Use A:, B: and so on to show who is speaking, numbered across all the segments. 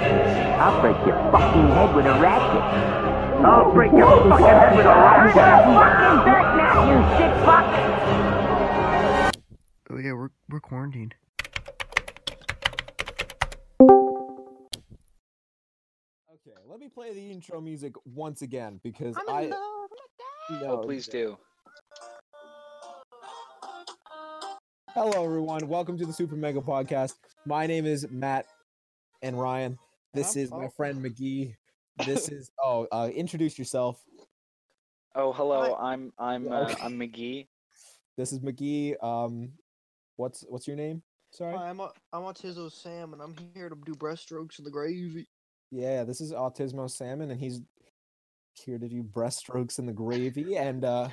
A: I'll break your fucking head with a racket.
B: I'll break your fucking head with a
A: Turn
B: rock.
A: your fucking back now, you sick fuck!
C: Oh yeah, we're we're quarantined.
D: Okay, let me play the intro music once again because I. No,
E: Oh, please do.
D: Hello, everyone. Welcome to the Super Mega Podcast. My name is Matt and Ryan. This
C: I'm
D: is my
C: Paul.
D: friend McGee. This is oh, uh, introduce yourself.
E: Oh, hello. I'm I'm
D: Yeah,
E: uh,
D: okay.
E: I'm McGee.
D: This is McGee. Um, what's what's your name? Sorry.
C: Hi, I'm Au- I'm Autismo Sam, and I'm here to do breaststrokes in the gravy.
D: Yeah, this is Autismo Salmon, and he's here to do breaststrokes in the gravy. And uh,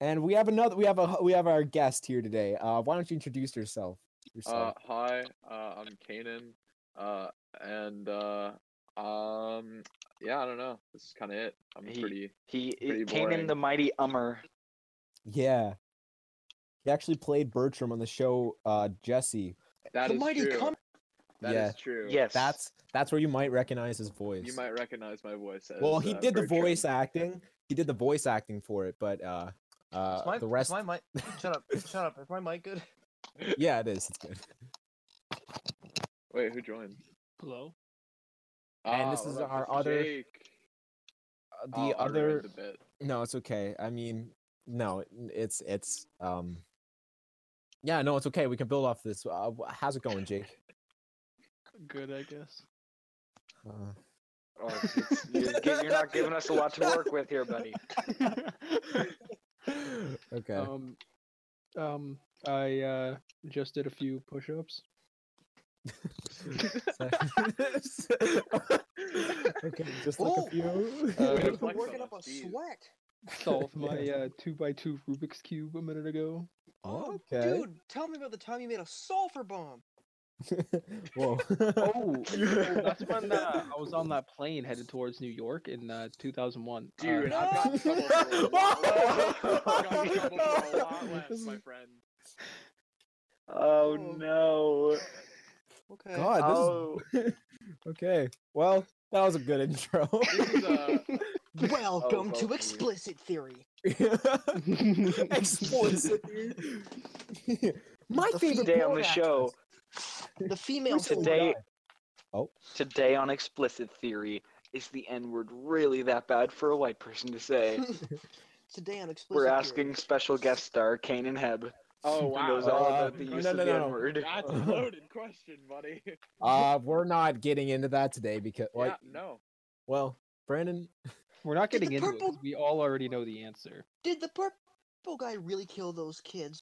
D: and we have another. We have a we have our guest here today. Uh, why don't you introduce yourself?
F: Uh,
D: yourself?
F: hi, uh, I'm Kanan. Uh, and uh, um, yeah, I don't know. This is kind of it. I'm
E: He-
F: pretty.
E: He
F: Pretty
E: it came in the
F: boring.
E: mighty Ummer.
D: Yeah. He actually played Bertram on the show uh Jesse.
F: That
C: The
F: is
C: mighty
F: true.
C: com-
F: That is
D: Yeah.
F: true.
E: Yes,
D: That's that's where you might recognize his voice.
F: You might recognize my voice. As,
D: well, he
F: uh,
D: did the
F: Bertram.
D: voice acting. He did the voice acting for it, but uh uh
C: Is my,
D: the rest
C: Is my mic. Shut up. Shut up. Is my mic good?
D: Yeah, it is. It's good.
F: Wait, who joined?
G: Hello.
D: And this
F: Ah,
D: is
F: what up,
D: our
F: Mr.
D: other-
F: Jake?
D: Uh, The
F: Oh, I ruined
D: other
F: the bit.
D: No, it's okay. I mean, no, it- it's it's um Yeah, no, it's okay. We can build off this. Uh, wh- how's it going, Jake?
G: Good, I guess.
D: Uh,
E: Oh, it's- you're, gi- you're not giving us a lot to work with here, buddy.
D: okay.
G: Um, um, I uh, just did a few push-ups.
D: okay, just like
C: Whoa.
D: a few.
F: Uh,
C: You're
F: it's like
C: working
F: some
C: up a
F: cheese.
C: sweat.
G: Solved my uh, two by two Rubik's cube a minute ago.
C: Oh,
D: okay.
C: Dude, tell me about the time you made a sulfur bomb.
D: Whoa.
G: Oh, that's when uh, I was on that plane headed towards New York in uh, 2001. Uh,
F: Dude, I've got in trouble for a lot. uh, I got in trouble for a lot less, my friend.
E: Oh
C: Oh.
E: no.
C: Okay.
D: God,
E: Oh,
D: Uh, this is... okay. Well, that was a good intro.
F: This is uh,
C: Welcome
F: both of
C: to
F: you.
C: explicit theory.
D: Explicit. My
C: The
D: favorite
E: today on
D: porn
E: the show,
D: actress.
C: The female form.
D: Recently
E: today,
D: Oh.
E: today on explicit theory, is the N word really that bad for a white person to say?
C: Today on explicit.
E: We're
C: theory.
E: asking special guest star Kane and Heb.
F: oh
E: who
F: wow.
E: knows all
D: Uh,
E: about the
D: no,
E: use
D: no,
E: of
D: no,
E: the
D: no.
E: N word.
F: That's a loaded question, buddy.
D: Uh, we're not getting into that today because, like,
F: yeah, no.
D: well, Brandon.
G: We're not
C: Did the
G: getting into it. 'cause
C: purple-
G: We all already know the answer.
C: Did the purple guy really kill those kids?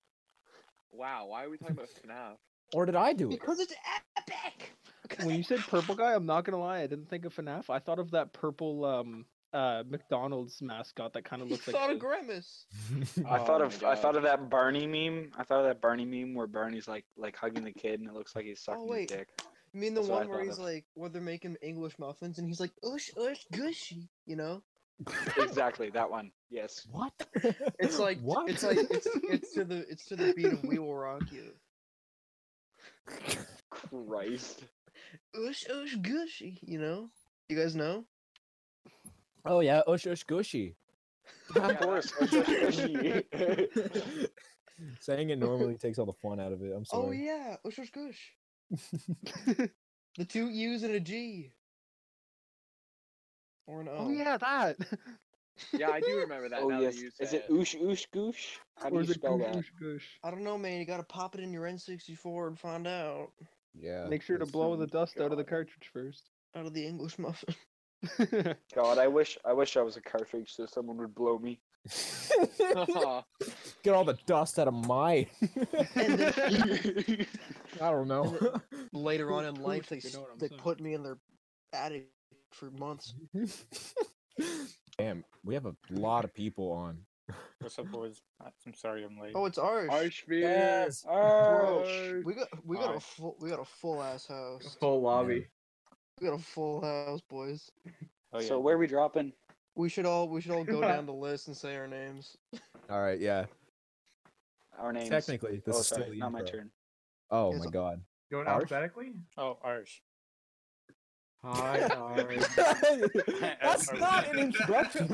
F: Wow, why are we talking about FNAF?
D: Or did I do it?
C: Because it's epic.
G: When you said purple guy, I'm not gonna lie, I didn't think of FNAF. I thought of that purple um uh McDonald's mascot that kind of looks like. the-
C: grimace.
E: I
F: Oh
E: thought
F: my
E: of I
F: God.
E: thought of that Barney meme. I thought of that Barney meme where Barney's like like hugging the kid and it looks like he's sucking
C: wait.
E: his dick.
C: You mean the
E: That's what I
C: one where
E: thought
C: he's
E: of.
C: like, where they're making English muffins, and he's like, "Ush, ush, gushy," you know?
E: Exactly that one. Yes.
D: What?
C: It's like,
D: what?
C: it's like, it's, it's to the, it's to the beat of "We Will Rock You."
E: Christ.
C: Ush, ush, gushy, you know? You guys know?
D: oh yeah, Ush Ush Gushy.
E: Of course.
D: Saying it normally takes all the fun out of it. I'm sorry.
C: Oh yeah, ush, ush, gush. the two U's and a G. Or an O.
G: Oh yeah, that.
F: Yeah, I do remember that.
E: oh
F: now
E: yes.
F: That you say
E: Is it oosh oosh goosh? How do
G: or
E: you
G: is it
E: spell
G: goosh,
E: that?
G: goosh, goosh?
C: I don't know, man. You gotta pop it in your N64 and find out
D: Yeah.
G: Make sure to
D: that's-
G: blow the dust out of the
F: God.
G: cartridge first.
C: out of the English muffin.
E: God, I wish I wish I was a cartridge so someone would blow me.
F: Aw,
D: Get all the dust out of my.
C: And then
D: I don't know.
C: later on in
G: Poof,
C: life,
G: poof,
C: they
G: you
C: s-
G: know what I'm
C: they
G: saying.
C: put me in their attic for months.
D: Damn, we have a lot of people on.
H: What's up, boys? I'm sorry I'm late.
C: Oh, it's ours.
F: Arshby.
E: Oh,
C: Bro, we got we got a
H: Alright.
C: full we got a full ass house.
F: Full lobby.
C: We got a full house, boys.
H: Oh, yeah.
E: So where are we dropping?
C: We should all we should all go down the list and say our names.
D: All right, yeah.
E: Our names.
D: Technically, this
E: oh,
D: is
E: sorry,
D: still the
E: not my
D: intro.
E: turn.
D: Oh
C: It's-
D: my god.
I: Going
D: Arsh?
F: Oh,
I: alphabetically?
H: Oh, Arsh.
G: Hi,
D: That's
I: Are we-
D: not an
I: Or-
D: introduction.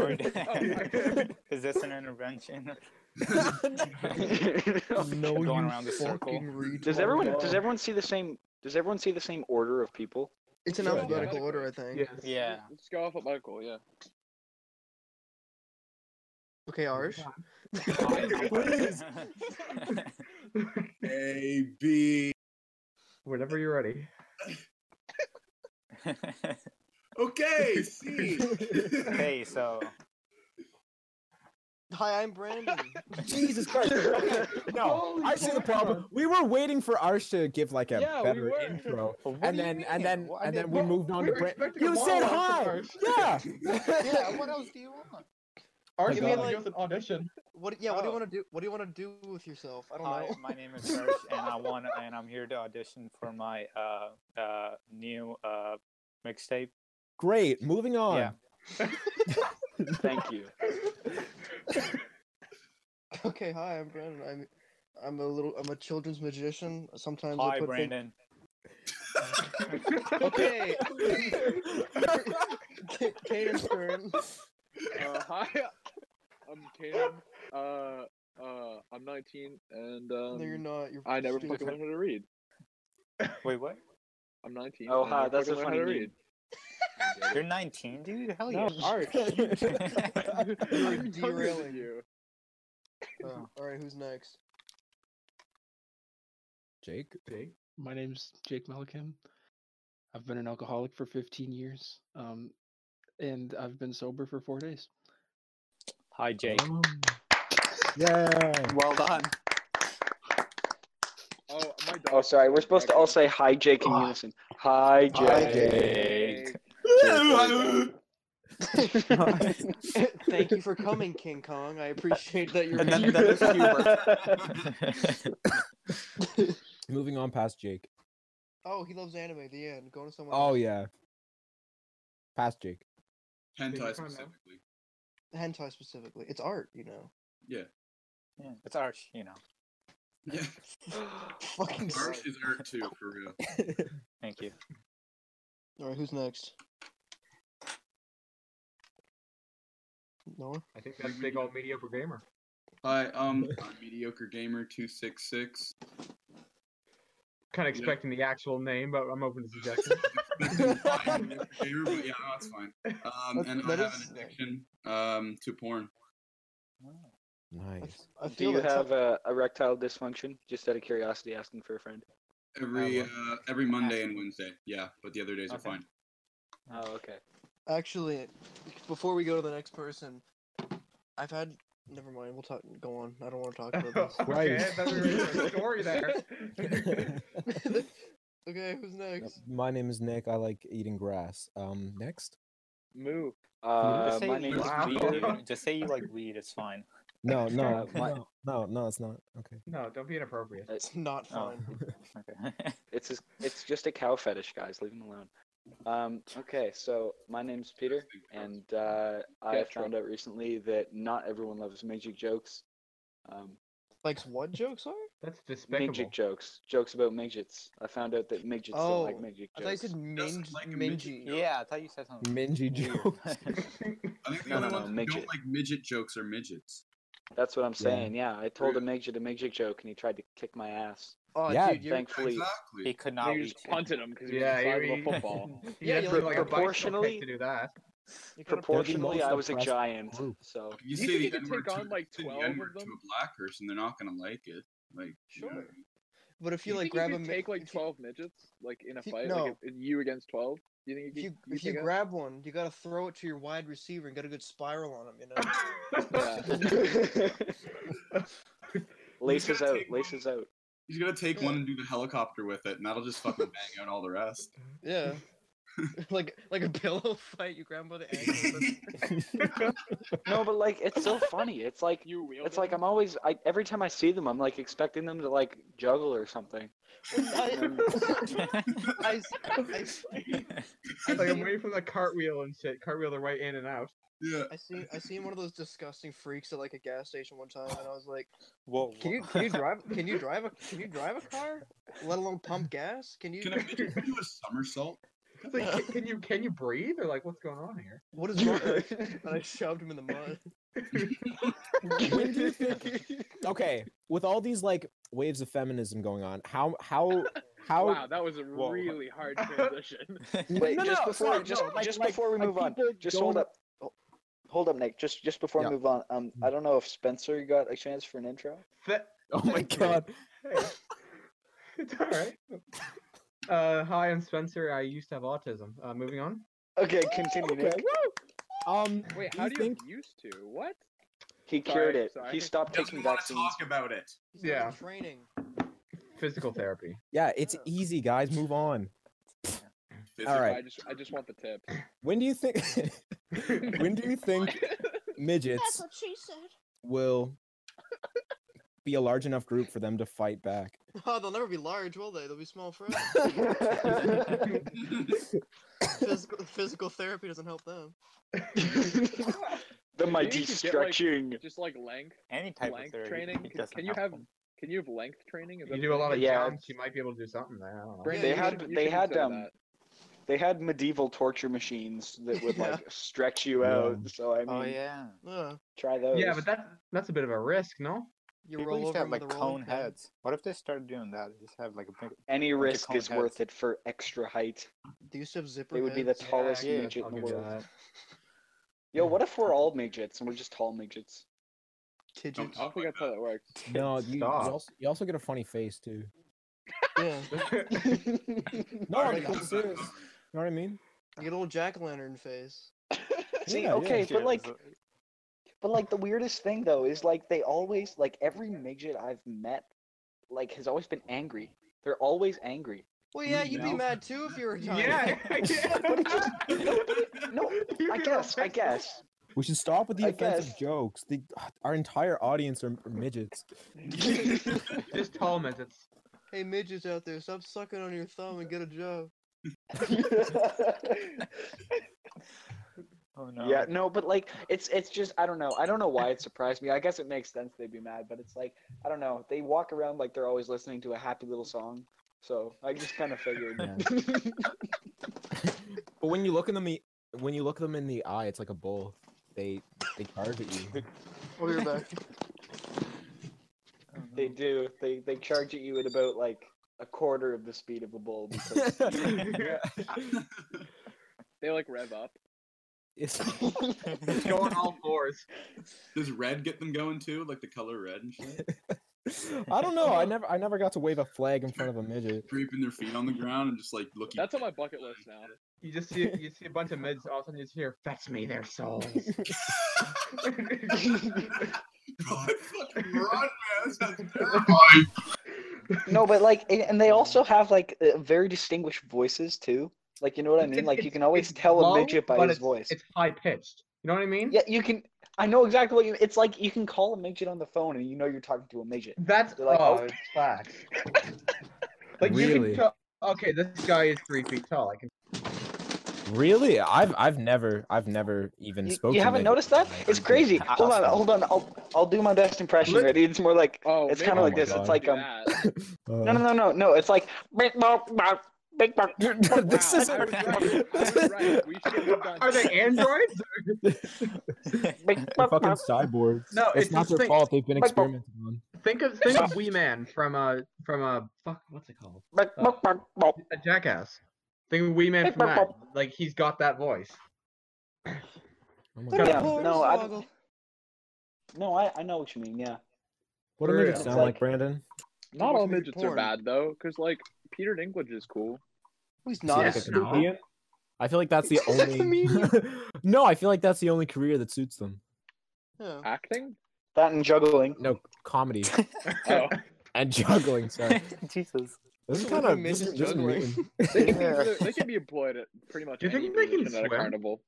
I: Is this an intervention?
A: No,
I: Going
A: you
I: around the circle.
A: fucking retard.
E: Does everyone does everyone see the same does everyone see the same order of people?
C: It's in
D: Sure, yeah.
C: alphabetical order, I think.
I: yeah.
F: Let's go off at Michael, yeah.
C: Okay, ours.
D: Please.
J: A B.
K: Whenever you're ready.
J: Okay, C.
I: hey, so
C: Hi, I'm Brandon.
D: Jesus Christ. Okay, No,
G: Holy
D: I see the
G: crap.
D: problem. We were waiting for ours to give like a
G: Yeah, we
D: better
G: were.
D: intro.
I: Well, what
D: And
I: do you
D: then, and
I: mean?
D: then,
I: Well, I
D: and then
I: didn't-
D: we
I: well,
D: moved on to Brent. You said hi! Yeah!
I: Yeah, what else do you want?
G: Ours
D: You
G: you
D: mean,
G: mean
C: like-
G: an audition?
C: What? Yeah. What do you
I: Oh.
C: want to do? What do you want to do with yourself? I don't
I: Hi,
C: know.
I: my name is Hirsch, and I want and I'm here to audition for my uh uh new uh mixtape.
D: Great, moving on.
I: Yeah.
E: Thank you.
C: Okay. Hi, I'm Brandon. I'm. I'm a little. I'm a children's magician. Sometimes I
I: Hi,
C: put things-
I: Brandon.
A: Okay.
C: Ca- Caden's turn.
F: Uh, hi, I'm Kaden. Uh, uh, I'm 19, and
C: no,
F: um,
C: you're not. You're
F: I never
C: stupid.
F: fucking learned how to read.
I: Wait, what?
F: I'm 19.
E: Oh,
F: and I
E: hi,
F: never
E: that's
F: fucking
E: a
F: learned how
E: funny
F: to
E: meme.
F: read.
I: You're 19, dude. Hell yeah.
D: No, Arch.
C: You're
F: I'm younger than
C: derailing.
F: you.
C: Oh, all right. Who's next?
D: Jake?
K: Jake?
G: My name's Jake Melican. I've been an alcoholic for 15 years, um, and I've been sober for four days.
I: Hi, Jake.
K: Um,
D: Yeah.
I: Well done.
F: Oh, my dog.
E: Oh sorry, we're supposed to all say hi Jake in unison. Hi Jake.
C: Hi, Jake. Thank you for coming, King Kong. I appreciate that you're.
I: And then,
C: here.
I: then there's Hubert.
D: Moving on past Jake.
C: oh, he loves anime. The end. Go to someone.
D: Oh,
C: else.
D: yeah. Past Jake.
J: Hentai
K: Big time,
J: specifically.
C: Hentai specifically. It's art, you know.
I: yeah, it's Arch, you know.
J: Yeah,
C: Fucking.
J: Arch
C: suck.
J: is art too, for real.
I: Thank you.
C: All right. Who's next? Noah.
K: I think that's big old mediocre gamer.
J: Hi, um, I'm mediocre gamer two six six.
K: Kind of
J: Yeah.
K: expecting the actual name, but I'm open to suggestions.
J: Gamer, but yeah, that's fine. Um,
C: That's-
J: and I
C: that
J: have
C: is-
J: an addiction um to porn.
C: I
D: Nice.
C: f- I
E: Do
C: feel
E: you
C: that's
E: have uh, erectile dysfunction? Just out of curiosity, asking for a friend.
J: Every uh,
I: well,
J: every Monday and Wednesday. Yeah, but the other days
I: Okay.
J: are fine.
E: Oh, okay.
C: Actually, before we go to the next person, I've had. Never mind. We'll talk. Go on. I don't want to talk about
K: okay, I thought we were in for a story there.
C: this. okay, who's next?
D: My name is Nick. I like eating grass. Um, next?
F: Moo.
E: Uh,
I: just, say
E: my
I: you
E: name is Uh,
K: name's
I: like weed,
K: Wow.
E: Peter.
I: dude. Just say you like weed, it's fine.
D: No, no,
E: Uh, my-
D: no, no, no, it's not. Okay.
K: No, don't be inappropriate.
C: It's not
I: Oh,
C: fun.
I: okay.
E: It's just, it's just a cow fetish, guys. Leave him alone. Um, okay, so my name's Peter, and uh, I
F: Yeah, sure.
E: found out recently that not everyone loves magic jokes. Um,
C: Like what jokes are?
K: That's despicable.
E: midget jokes, jokes about midgets. I found out that midgets don't
C: Oh,
E: like midget
C: I thought you
E: jokes.
C: said
J: Doesn't
C: mingy.
J: like a midget.
C: mingy.
I: yeah, I thought you said something.
D: Minji Joe.
I: weird.
J: I think the
E: No,
J: only
E: no, no,
J: ones that
E: midget.
J: don't like midget jokes are midgets.
E: That's what I'm
D: Yeah.
E: saying. Yeah, I told a
J: Rude.
E: midget a midget joke, and he tried to kick my ass.
C: Oh,
D: Yeah,
C: dude, you're.
E: Thankfully,
I: he
J: Exactly.
I: could
F: They
I: not reach.
F: just punted him because he was
K: yeah,
F: the size
K: you,
F: of a football.
K: you had
C: Yeah,
K: to
C: you
K: like a bicycle
E: proportionally-
K: kick to do that.
C: you're gonna-
E: Proportionally,
D: most
E: I was a
D: oppressed
E: giant,
D: group.
E: so
J: You
F: Do you
J: say
F: think
J: the
F: you could
J: N-word
F: take
J: to-
F: on, like,
J: say the
F: 12 of
J: N-word to
F: them?
J: a black person, they're not gonna like it. Like, you know,
F: Sure.
C: But if
F: Do you
C: you like
F: think
C: grab
F: you
C: a
F: could
C: mi-
F: take like
C: if you-
F: twelve midgets, like in a
C: if you-
F: fight,
C: no.
F: like if- you against twelve? Do you think
C: If you
F: you
C: if you
F: could? you
C: grab one, you gotta throw it to your wide receiver and get a good spiral on him. You know.
E: laces
J: gotta
E: out,
J: take one.
E: laces out.
J: He's gonna take one and do the helicopter with it, and that'll just fucking bang out all the rest.
C: yeah. like like a pillow fight. You grab him by the ankle.
E: No, but like it's so funny. It's like
F: you wield
E: it's like
F: them?
E: I'm always I every time I see them, I'm like expecting them to like juggle or something.
C: I, I, s- I s-
K: Like I'm waiting for the cartwheel and shit. Cartwheel their way in and out.
J: yeah.
C: I seen I seen one of those disgusting freaks at like a gas station one time, and I was like,
I: Whoa,
C: "Can you can you drive can you drive a can you drive a car? Let alone pump gas? Can you?"
J: Can a midget do a somersault?
K: It's like, "Can- can you can you breathe or like what's going on here?
C: What is wrong? and I shoved him in the mud.
D: When do you think? Okay, with all these like waves of feminism going on, how how how?
F: Wow, that was a
I: Whoa.
F: really hard transition.
D: No,
E: Wait,
D: no,
E: just
D: no,
E: before,
D: no,
E: just
D: no, like-
E: just
D: like,
E: before we
D: like
E: move on,
D: people
E: just
D: going
E: hold up, Ho- hold up, Nick. Just just before
D: Yeah.
E: we move on, um, I don't know if Spencer got a chance for an intro.
K: Fe-
D: Oh my
K: Thank you.
D: god.
K: Hey. it's all right. Uh, hi, I'm Spencer. I used to have autism. Uh, moving on.
E: Okay, continue.
D: Okay.
E: Nick.
D: woo. Um,
F: Wait,
D: Do
F: how
D: you
F: do you
D: think-
F: used to? What?
E: He
F: Sorry,
E: cured it.
F: sorry.
E: He stopped
J: Doesn't
E: taking
J: want to
E: vaccines.
J: talk about it.
C: He's going to
K: Yeah.
C: Training.
K: Physical therapy.
D: yeah, it's easy, guys. Move on.
J: Physical-
D: All right.
F: I just I just want the tip.
D: When do you think? when do you think midgets
L: what she said.
D: will be a large enough group for them to fight back?
C: Oh, they'll never be large, will they? They'll be small for us. physical, physical therapy doesn't help them.
E: The
F: mighty
E: mighty
F: stretching.
E: stretching.
F: Just like length,
I: Any type
F: length
I: of therapy.
F: training.
I: it
F: Can,
I: doesn't
F: can you
I: help
F: have
I: them.
F: can you have length training? Is
K: You
F: that
K: do a
F: the
K: lot of
F: thing?
E: Oh, Yeah.
K: jumps. You might be able to do something there. I don't know.
F: Brandon,
C: They
F: you
E: had-
F: should- you
E: they
F: should
E: had,
F: sell
E: um,
F: that.
E: They had medieval torture machines that would
C: Yeah.
E: like stretch you
D: Yeah.
E: out. So I mean,
I: Oh yeah.
C: Uh,
E: try those.
K: Yeah, but that's that's a bit of a risk, no?
C: you
I: People
C: roll
I: used
C: over
I: to have
C: them with
I: like
C: a rolling
I: cone
C: pin.
I: heads. What if they started doing that? They just have like a big.
E: any
I: Bunch of
E: risk
I: cone
E: is worth it for extra height.
C: They used to have zipper
E: They would be the
C: heads.
E: tallest
I: yeah,
E: midget
K: I'll
E: in the
K: give you
E: world.
K: that.
E: Yo, what if we're all midgets and we're just tall midgets?
J: Don't
C: Tidgets.
F: I don't
J: talk
F: think
J: like
F: that's how that works.
D: No, you, you
I: Stop.
D: also you also get a funny face too.
C: Yeah.
D: No,
C: Alright,
D: like, I'm
J: guys.
D: serious. You know what I mean?
C: You get a little jack o' lantern face.
E: See,
D: Yeah,
E: okay,
D: yeah.
E: but like, but like the weirdest thing though is like they always like every midget I've met, like has always been angry. They're always angry.
C: Well, yeah, you'd be
J: No.
C: mad too if you were tiny.
K: Yeah.
E: No, I guess, I guess.
D: We should stop with the
E: I
D: offensive
E: guess.
D: jokes. The, our entire audience are midgets.
K: Just tall midgets.
C: Hey, midgets out there, stop sucking on your thumb and get a job.
I: Oh no.
E: Yeah, no, but like it's it's just I don't know. I don't know why it surprised me. I guess it makes sense they'd be mad, but it's like I don't know. They walk around like they're always listening to a happy little song. So I just kind of figured.
D: But when you look in them, the- when you look them in the eye, it's like a bull. They they target you.
C: We'll be back.
I: Oh,
E: They do. They they charge at you at about like a quarter of the speed of a bull because
F: They like rev up.
D: It's-
K: Just go on all fours.
J: Does red get them going too? Like the color red and shit?
D: I don't know. I never I never got to wave a flag in front of a midget.
J: Creeping their feet on the ground and just like looking.
F: That's on my bucket list now.
K: You just see you see a bunch of mids. All of a sudden, you just hear, "Fetch me their souls."
J: God, fucking run, man. That sounds terrifying.
E: no, but like a- and they also have like uh, very distinguished voices too. Like you know what I
K: It's-
E: mean? Like
K: it's-
E: you can always
K: it's
E: tell
K: low,
E: a midget by
K: but
E: his voice.
K: It's high pitched. You know what I mean?
E: Yeah, you can. I know exactly what you. It's like you can call a midget on the phone and you know you're talking to a midget.
K: That's
E: They're like,
K: oh,
E: "Oh."
K: it's facts. like you
D: Really?
K: can tell. Okay, this guy is three feet tall. I can.
D: Really? I've I've never I've never even
E: You,
D: spoken.
E: you haven't noticed that? It's crazy. Hold on, hold on. I'll I'll do my best impression.
K: Look-
E: Ready? It's more like.
F: Oh,
E: It's
F: maybe
E: kind
D: Oh
E: of like
D: my
E: this.
D: God.
E: It's like
F: do
E: um.
F: that.
E: No, no, no, no, no. It's like. Big bop, bop, big bop.
D: Uh, this is
F: Wow, I was right. I was right. We should have done.
K: Are they androids?
E: Big
D: They're
E: bop,
D: fucking
E: bop.
D: cyborgs.
K: No,
D: it's,
K: it's
D: not
K: just
D: their
K: think-
D: fault. They've been
E: Like,
D: experimenting on.
K: think of think of Wee Man from a from a fuck. What's it called?
E: big bop, bop, bop.
K: A jackass. Think of Wee Man from that. Like he's got that voice.
D: Oh my
K: What
D: God.
E: Yeah, no, I,
C: Hornswoggle.
E: no, I, I know what you mean. Yeah.
D: What do
K: for
D: midgets
K: real.
D: sound like,
E: Like-
D: Brandon?
F: Not all
C: Watch me do
F: midgets are
C: porn.
F: bad though, because like Peter Dinklage is cool.
C: He's not
K: Yeah.
C: a stupid.
K: No.
D: Ian? I feel like that's the
C: He's a
D: only. no, I feel like that's the only career that suits them.
C: Yeah.
F: Acting?
E: That and juggling.
D: No comedy
F: Oh,
D: and juggling. Sorry,
I: Jesus.
D: this is
C: What
D: kind
C: do
D: of
C: midgets
D: this is, this is
C: juggling?
D: mean.
F: they, can be, they can be employed at pretty much
K: Do you
F: any
K: think they can
F: position at a
K: swim?
F: carnival.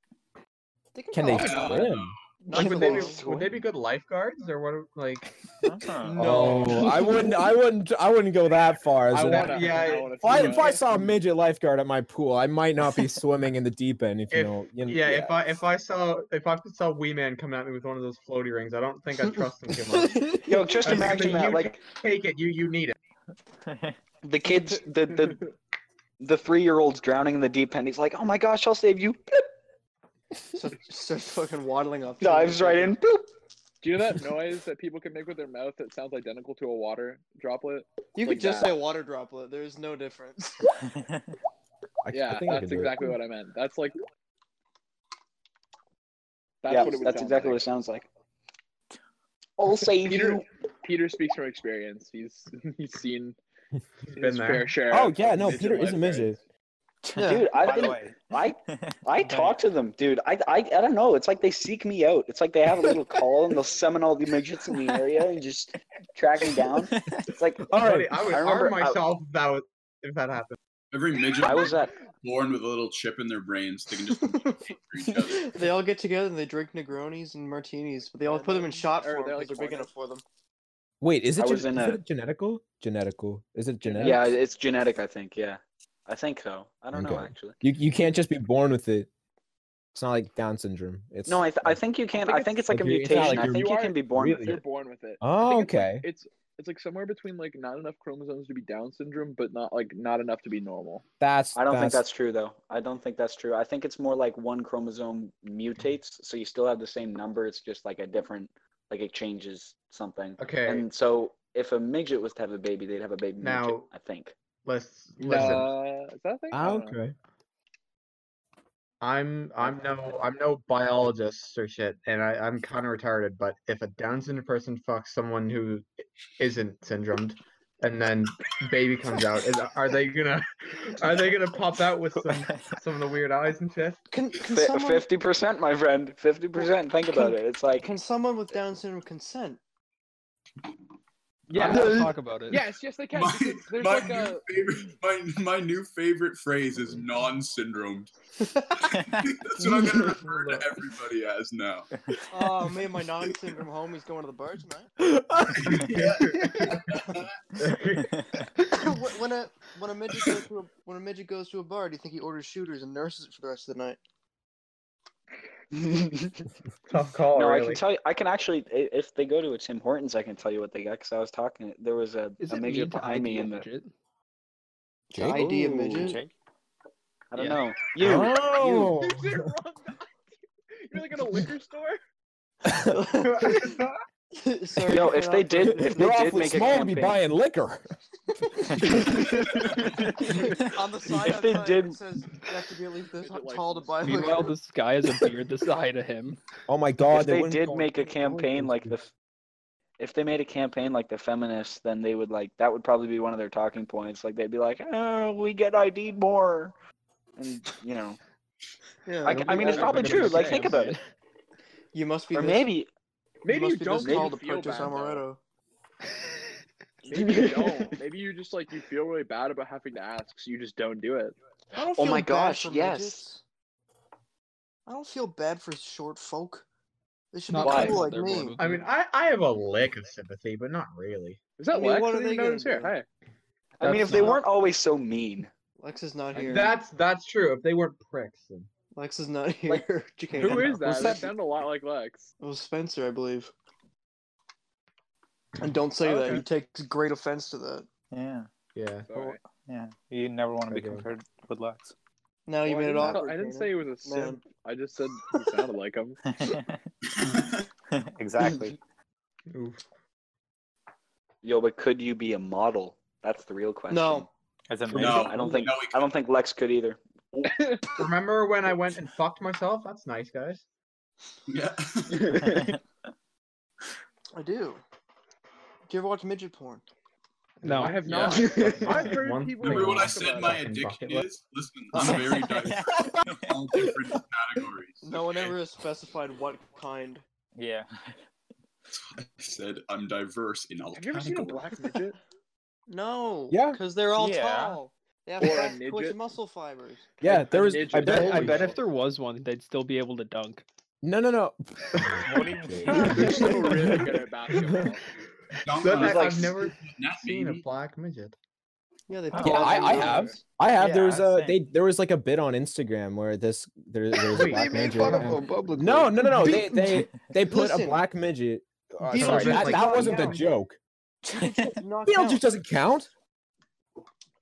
D: Can they
C: Oh,
J: not.
D: swim?
K: Like would they be
E: Nice.
K: would they be good lifeguards or what? Like
D: No, Oh, I wouldn't. I wouldn't. I wouldn't go that far. As
F: I
D: in-
K: that-
F: wanna,
K: yeah,
F: I wanna
D: if, I,
F: see
D: if I
F: that.
D: saw a midget lifeguard at my pool, I might not be swimming in the deep end. If you
K: If-
D: know, you know
K: yeah, if I if I saw if I saw Wee Man coming at me with one of those floaty rings, I don't think I trust him too much.
E: Yo, just
K: I think
E: imagine
K: that
E: that.
K: you-
E: Like
K: Take it, you you need it.
E: the kids, the the the three-year-old's drowning in the deep end. He's like, "Oh my gosh, I'll save you!"
C: So, starts fucking waddling up. to him.
E: Dives right in. Boop.
F: Do you know that noise that people can make with their mouth that sounds identical to a water droplet?
C: You
F: Like
C: could just
F: that.
C: say a water droplet. There's no difference.
D: I, I
F: yeah,
D: think I can
F: that's
D: do it.
F: exactly what I meant. That's like. That's
E: yeah,
F: what it would
E: that's
F: sound
E: exactly what
F: like.
E: it sounds like. I'll save
F: Peter,
E: you.
F: Peter speaks from experience. He's he's seen
K: been
F: his
K: there.
F: fair share.
D: Oh
F: of
D: yeah,
F: fucking
D: no,
F: midget
D: Peter is a
F: lifeguards.
D: midget.
E: Dude, I've
I: By the
E: been,
I: way,
E: I I talk to them, dude. I, I I don't know. It's like they seek me out. It's like they have a little call and they'll summon all the midgets in the area and just track me down. It's like
D: All right,
K: Buddy, I would
E: I remember-
K: harm myself if that was if that happened.
J: Every midget
E: I was at
J: born with a little chip in their brain, so they can just for each other.
C: they all get together and they drink Negronis and martinis, but they all put them in shot
F: Or
C: form
F: they're
C: because
F: like
C: they're big
F: corners.
C: enough for them.
D: Wait, is it,
E: I
D: gen-
E: was in
D: is
E: a-
D: it genetical? Genetical? Is it genetic?
E: yeah, it's genetic. I think yeah, I think so. I don't know
D: Okay.
E: actually.
D: You you can't just be born with it. It's not like Down syndrome. It's
E: No, I th- I think you can. I think it's like a
D: like you're- it's not
E: mutation.
D: like
E: I
D: you're
E: think you
F: really-
E: can be born with
F: You're
E: it.
F: born with it.
D: Oh,
F: I think it's like-
D: okay.
F: It's it's like somewhere between like not enough chromosomes to be Down syndrome, but not like not enough to be normal.
D: That's
E: I don't think
D: that's-
E: that's true though. I don't think that's true. I think it's more like one chromosome mutates, so you still have the same number. It's just like a different, like it changes something.
K: Okay,
E: And so if a midget was to have a baby, they'd have a baby midget,
K: Now-
E: I think.
K: let's listen.
F: Uh, is that a thing? I
D: Ah,
F: don't know.
D: okay.
K: I'm I'm no I'm no biologist or shit, and I, I'm kind of retarded. But if a Down syndrome person fucks someone who isn't syndromed, and then baby comes out, is, are they gonna are they gonna pop out with some some of the weird eyes and shit?
C: Can, can,
E: Fi-
C: someone,
E: 50%, my friend. 50%. Think about it. It's like,
C: can someone with Down syndrome consent?
G: Yeah,
J: Uh,
G: let's talk about it.
F: Yes, yes, they can.
J: My-
F: because there's
J: my,
F: like
J: new
F: a
J: favorite, my, my new favorite phrase is non-syndromed. That's what I'm gonna refer to everybody as now.
C: Oh, me and my non syndrome homie's going to the bar tonight. Wh- when a when a midget goes to a, when a midget goes to a bar, do you think he orders shooters and nurses it for the rest of the night?
K: Tough call,
E: no, I
K: really.
E: can tell you, I can actually, i- if they go to a Tim Hortons, I can tell you what they got because I was talking, there was a,
G: Is
E: a
G: it mean
E: midget
G: to
E: behind me
G: ID a
E: in the,
G: midget?
C: To ID a midget.
E: I don't
G: Yeah.
E: know. You,
D: Oh.
F: you're like at a liquor store.
C: Sorry,
E: Yo,
C: cut
E: if they
C: off.
E: did- if they
D: You're
E: did
D: awfully
E: make a
D: small to be
E: campaign.
D: buying liquor.
C: on the side
E: If
C: of
E: they
C: the- it
E: didn't-
C: says you have to be at least this
F: Midget
C: tall to
F: license.
C: buy.
G: Meanwhile,
C: liquor.
G: this guy has a beard the height of him.
D: Oh my god!
E: if they
D: wouldn't
E: did
D: go-
E: make a
D: go
E: campaign like the,
D: places.
E: if they made a campaign like the feminists, then they would like, that would probably be one of their talking points. Like, they'd be like, oh, we get ID'd more. And, you know,
C: Yeah,
E: I, I mean, it's probably true. Like, think about it.
C: you must be
E: Or
C: this-
E: maybe,
F: Maybe
C: must
F: you
C: be
F: don't
C: this tall
F: maybe
C: to
F: feel
C: purchase
F: bad, though.
C: amaretto.
F: Maybe you don't. Maybe you just like you feel really bad about having to ask, so you just don't do it.
C: I don't
E: Oh
C: feel
E: my
C: bad
E: gosh,
C: for
E: yes.
C: midgets. I don't feel bad for short folk. They should
G: Not
C: be
E: Why?
C: cool like
G: They're
C: me.
G: born with
K: I mean, I, I have a lick of sympathy, but not really.
F: Is that
C: I mean,
F: Lex?
C: what
F: I
C: are
F: didn't
C: they
F: even know
C: gonna
F: he was here.
C: do?
F: Hey.
E: I mean,
C: That's
E: if they
C: not-
E: weren't always so mean.
C: Lex is not here.
K: That's that's true. If they weren't pricks, then
C: Lex is not here.
E: Like,
C: You can't-
F: Who is that?
C: What's
F: They sound a lot like Lex.
C: It was Spencer, I believe. And don't say that.
I: Okay.
C: He takes great offense to that.
I: yeah,
K: yeah.
F: Sorry.
I: yeah. You never want to be
K: Okay.
I: compared with Lex.
C: Now you made it
F: Well, I didn't
C: awkward.
F: call- I didn't
C: Tanner.
F: say he was a
C: Man.
F: simp. I just said he sounded like him.
I: exactly.
K: Oof.
E: Yo, but could you be a model? That's the real question.
C: No.
I: As a
J: No.
E: I don't think
J: No, we
E: I don't think Lex could either.
K: Remember when I went and fucked myself? That's nice, guys.
J: Yeah.
I: midget.
C: I do. Do you ever watch midget porn?
G: No,
F: I have
J: Yeah.
F: not. I've heard
K: One
F: people
K: thing
J: Remember when I
K: Talk
J: said
K: about
J: my
K: fucking
J: addiction
K: bucket list.
J: is? Listen, I'm very diverse in all different categories.
C: No one
J: okay?
C: ever has specified what kind.
I: yeah.
J: I said I'm diverse in all
F: Have you ever seen a
J: categories.
F: black midget?
C: No.
D: Yeah.
C: Because they're all
I: Yeah.
C: tall. They have
F: Or a
C: fat, twitch
F: midget.
C: muscle fibers.
D: Yeah, there was.
F: midget.
D: I
G: I bet,
D: bet.
G: I
D: I,
G: bet if there was one, they'd still be able to dunk.
D: no, no, no.
I: What do you
F: They're so really good at basketball.
J: Don't
K: That-
J: mind
E: He's
K: I-
E: like-
K: I've never
J: that
K: seen a
J: baby.
K: black midget.
C: Yeah, they.
F: Oh,
I: Yeah,
C: put all
D: I-
C: their
D: I
C: weight
D: have.
C: on it.
D: I have.
I: Yeah,
D: there was
I: I was
D: a. They there was like a bit on Instagram where this there, there was
K: Wait,
D: a
K: they
D: black
K: made
D: midget.
K: fun of
D: and-
K: him publicly.
D: No, no, no, no. They they they put a
C: Listen.
D: black midget. Uh,
C: Beetlejuice
D: sorry, that,
K: is
D: that
K: like-
D: wasn't the
C: Yeah.
D: joke.
C: Not
D: Beetlejuice
C: count.
D: doesn't count.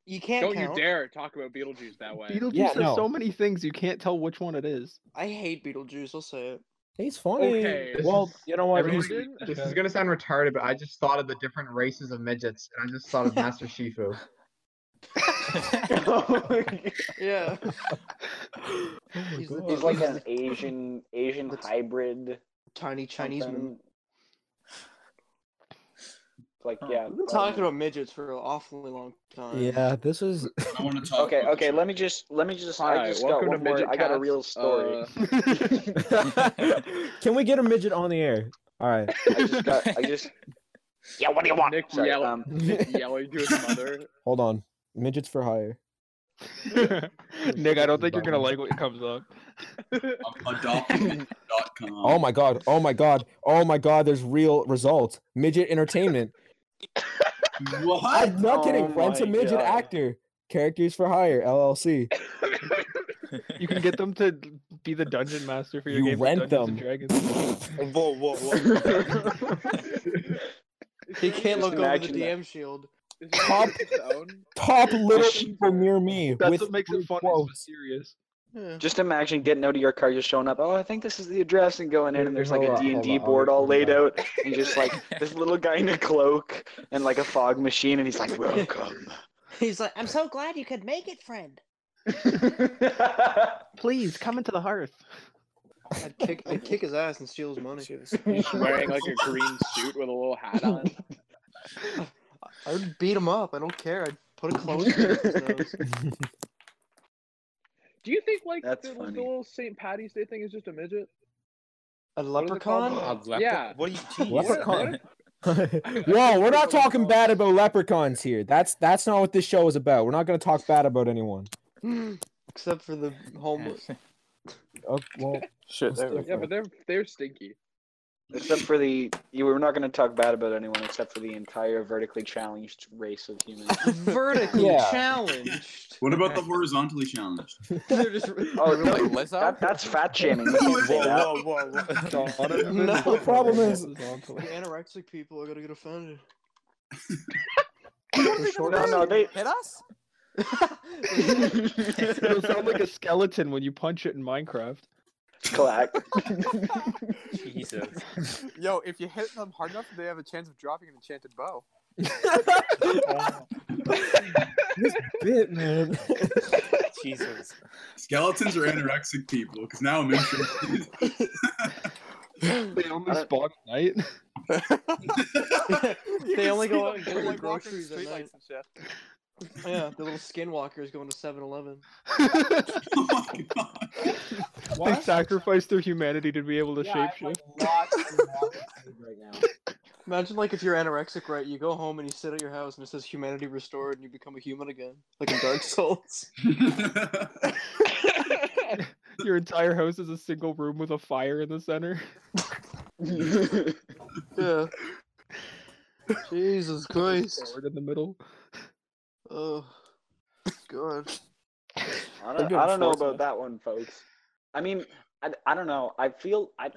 A: You can't
F: Don't
A: count.
F: you dare talk about Beetlejuice that way.
G: Beetlejuice has so many things you can't tell which one it is.
C: I hate Beetlejuice. I'll say it.
D: He's funny.
F: Okay.
K: This
D: Well,
K: is-
D: you know what?
K: Everyone-
D: He's,
K: This is gonna sound retarded, but I just thought of the different races of midgets, and I just thought of Master Shifu.
C: Yeah. he's the-
E: He's like an Asian Asian hybrid.
C: tiny Chinese.
E: something.
C: man.
E: Like yeah.
C: We've been
E: but-
C: talking about midgets for an awfully long time.
D: yeah, this is.
J: I want to talk.
E: Uh, Okay,
J: about
E: okay. Let me just let me just.
F: Hi,
E: I just got
F: welcome
E: one
F: to
E: more.
F: Midget
E: I got a
F: Cast.
E: real story.
F: Uh,
D: Can we get a midget on the air? All right.
E: I just got. I just. Yeah. What do you want?
F: Nick,
E: Sorry,
F: yell-
E: um,
F: Nick uh, yelling to his mother.
D: Hold on. Midgets for hire.
G: Nick, I don't think you're gonna like what comes up.
J: Adoptedmidget.com.
D: Oh my god. Oh my god. Oh my god. There's real result. Midget entertainment.
J: What?
D: I'm not
E: Oh
D: kidding. Rent a
E: my
D: midget
E: God.
D: actor. Characters for hire. LLC.
G: You can get them to be the dungeon master for your
D: You
G: game. of
D: rent
G: Dungeons and
D: them.
G: Dragons.
C: Whoa, whoa, whoa. he can't
E: Just
C: look over the
E: imagine that.
C: DM shield.
F: Is
D: Pop.
F: it his own?
D: Top little people near me.
G: That's
D: with
G: what makes it
D: blue
G: fun.
D: quotes.
G: It's serious.
C: Yeah.
E: Just imagine getting out of your car, just showing up. Oh, I think this is the address, and going in, and there's like
K: Hold
E: a
K: on,
E: D and
K: hold
E: D
K: on, I'll
E: board
K: get
E: all
K: some
E: laid
K: back.
E: out, and just like this little guy in a cloak and like a fog machine, and he's like, "Welcome."
L: He's like, I'm so glad you could make it, friend.
G: Please come into the hearth.
C: I'd kick, I'd kick his ass and steal his money.
F: He's wearing like a green suit with a little hat on.
C: I would beat him up. I don't care. I'd put a clothespin on his nose.
F: Do you think like
E: That's
F: the,
E: funny.
F: the little St. Patty's Day thing is just a midget?
C: A
F: What is it called?
C: leprechaun?
F: Yeah.
A: What are you? Geez.
D: Leprechaun. Whoa, we're not talking bad about leprechauns here. That's that's not what this show is about. We're not going to talk bad about anyone.
C: Except for the homeless.
D: Oh, well,
A: Shit, there we
F: Yeah,
A: go.
F: but they're they're stinky.
E: Except for the, you were not going to talk bad about anyone except for the entire vertically challenged race of humans.
C: Vertically
D: Yeah.
C: challenged.
J: What about the horizontally challenged?
C: They're just.
E: Oh no,
A: Wait, what's
E: that,
A: up?
E: that's fat shaming. You can't say that.
A: whoa, whoa, whoa, whoa.
C: No.
D: the problem is,
C: The anorexic people are gonna get offended.
E: No, no, they.
A: Hit us?
G: It'll sound like a skeleton when you punch it in Minecraft.
E: Clack.
A: Jesus. Yo, if you hit them hard enough, they have a chance of dropping an enchanted bow.
D: this bit, man.
A: Jesus.
J: Skeletons are anorexic people, because now I'm interested.
G: They only
E: don't-
G: spawn at night.
C: they only go out and
A: They're
C: get their
A: like walking
C: groceries at
A: streetlights
C: night.
A: and shit.
C: Yeah, the little skinwalkers going to 7-Eleven.
J: oh my god.
G: They sacrifice their humanity to be able to shapeshift.
C: Imagine like if you're anorexic, right? You go home and you sit at your house and it says humanity restored and you become a human again, like in Dark Souls.
G: Your entire house is a single room with a fire in the center.
C: yeah. Jesus Christ.
G: Sword in the middle.
C: Oh, God.
E: I
C: They're
E: don't,
C: doing
E: I don't know
C: Forza.
E: about that one, folks. I mean, I, I don't know. I feel I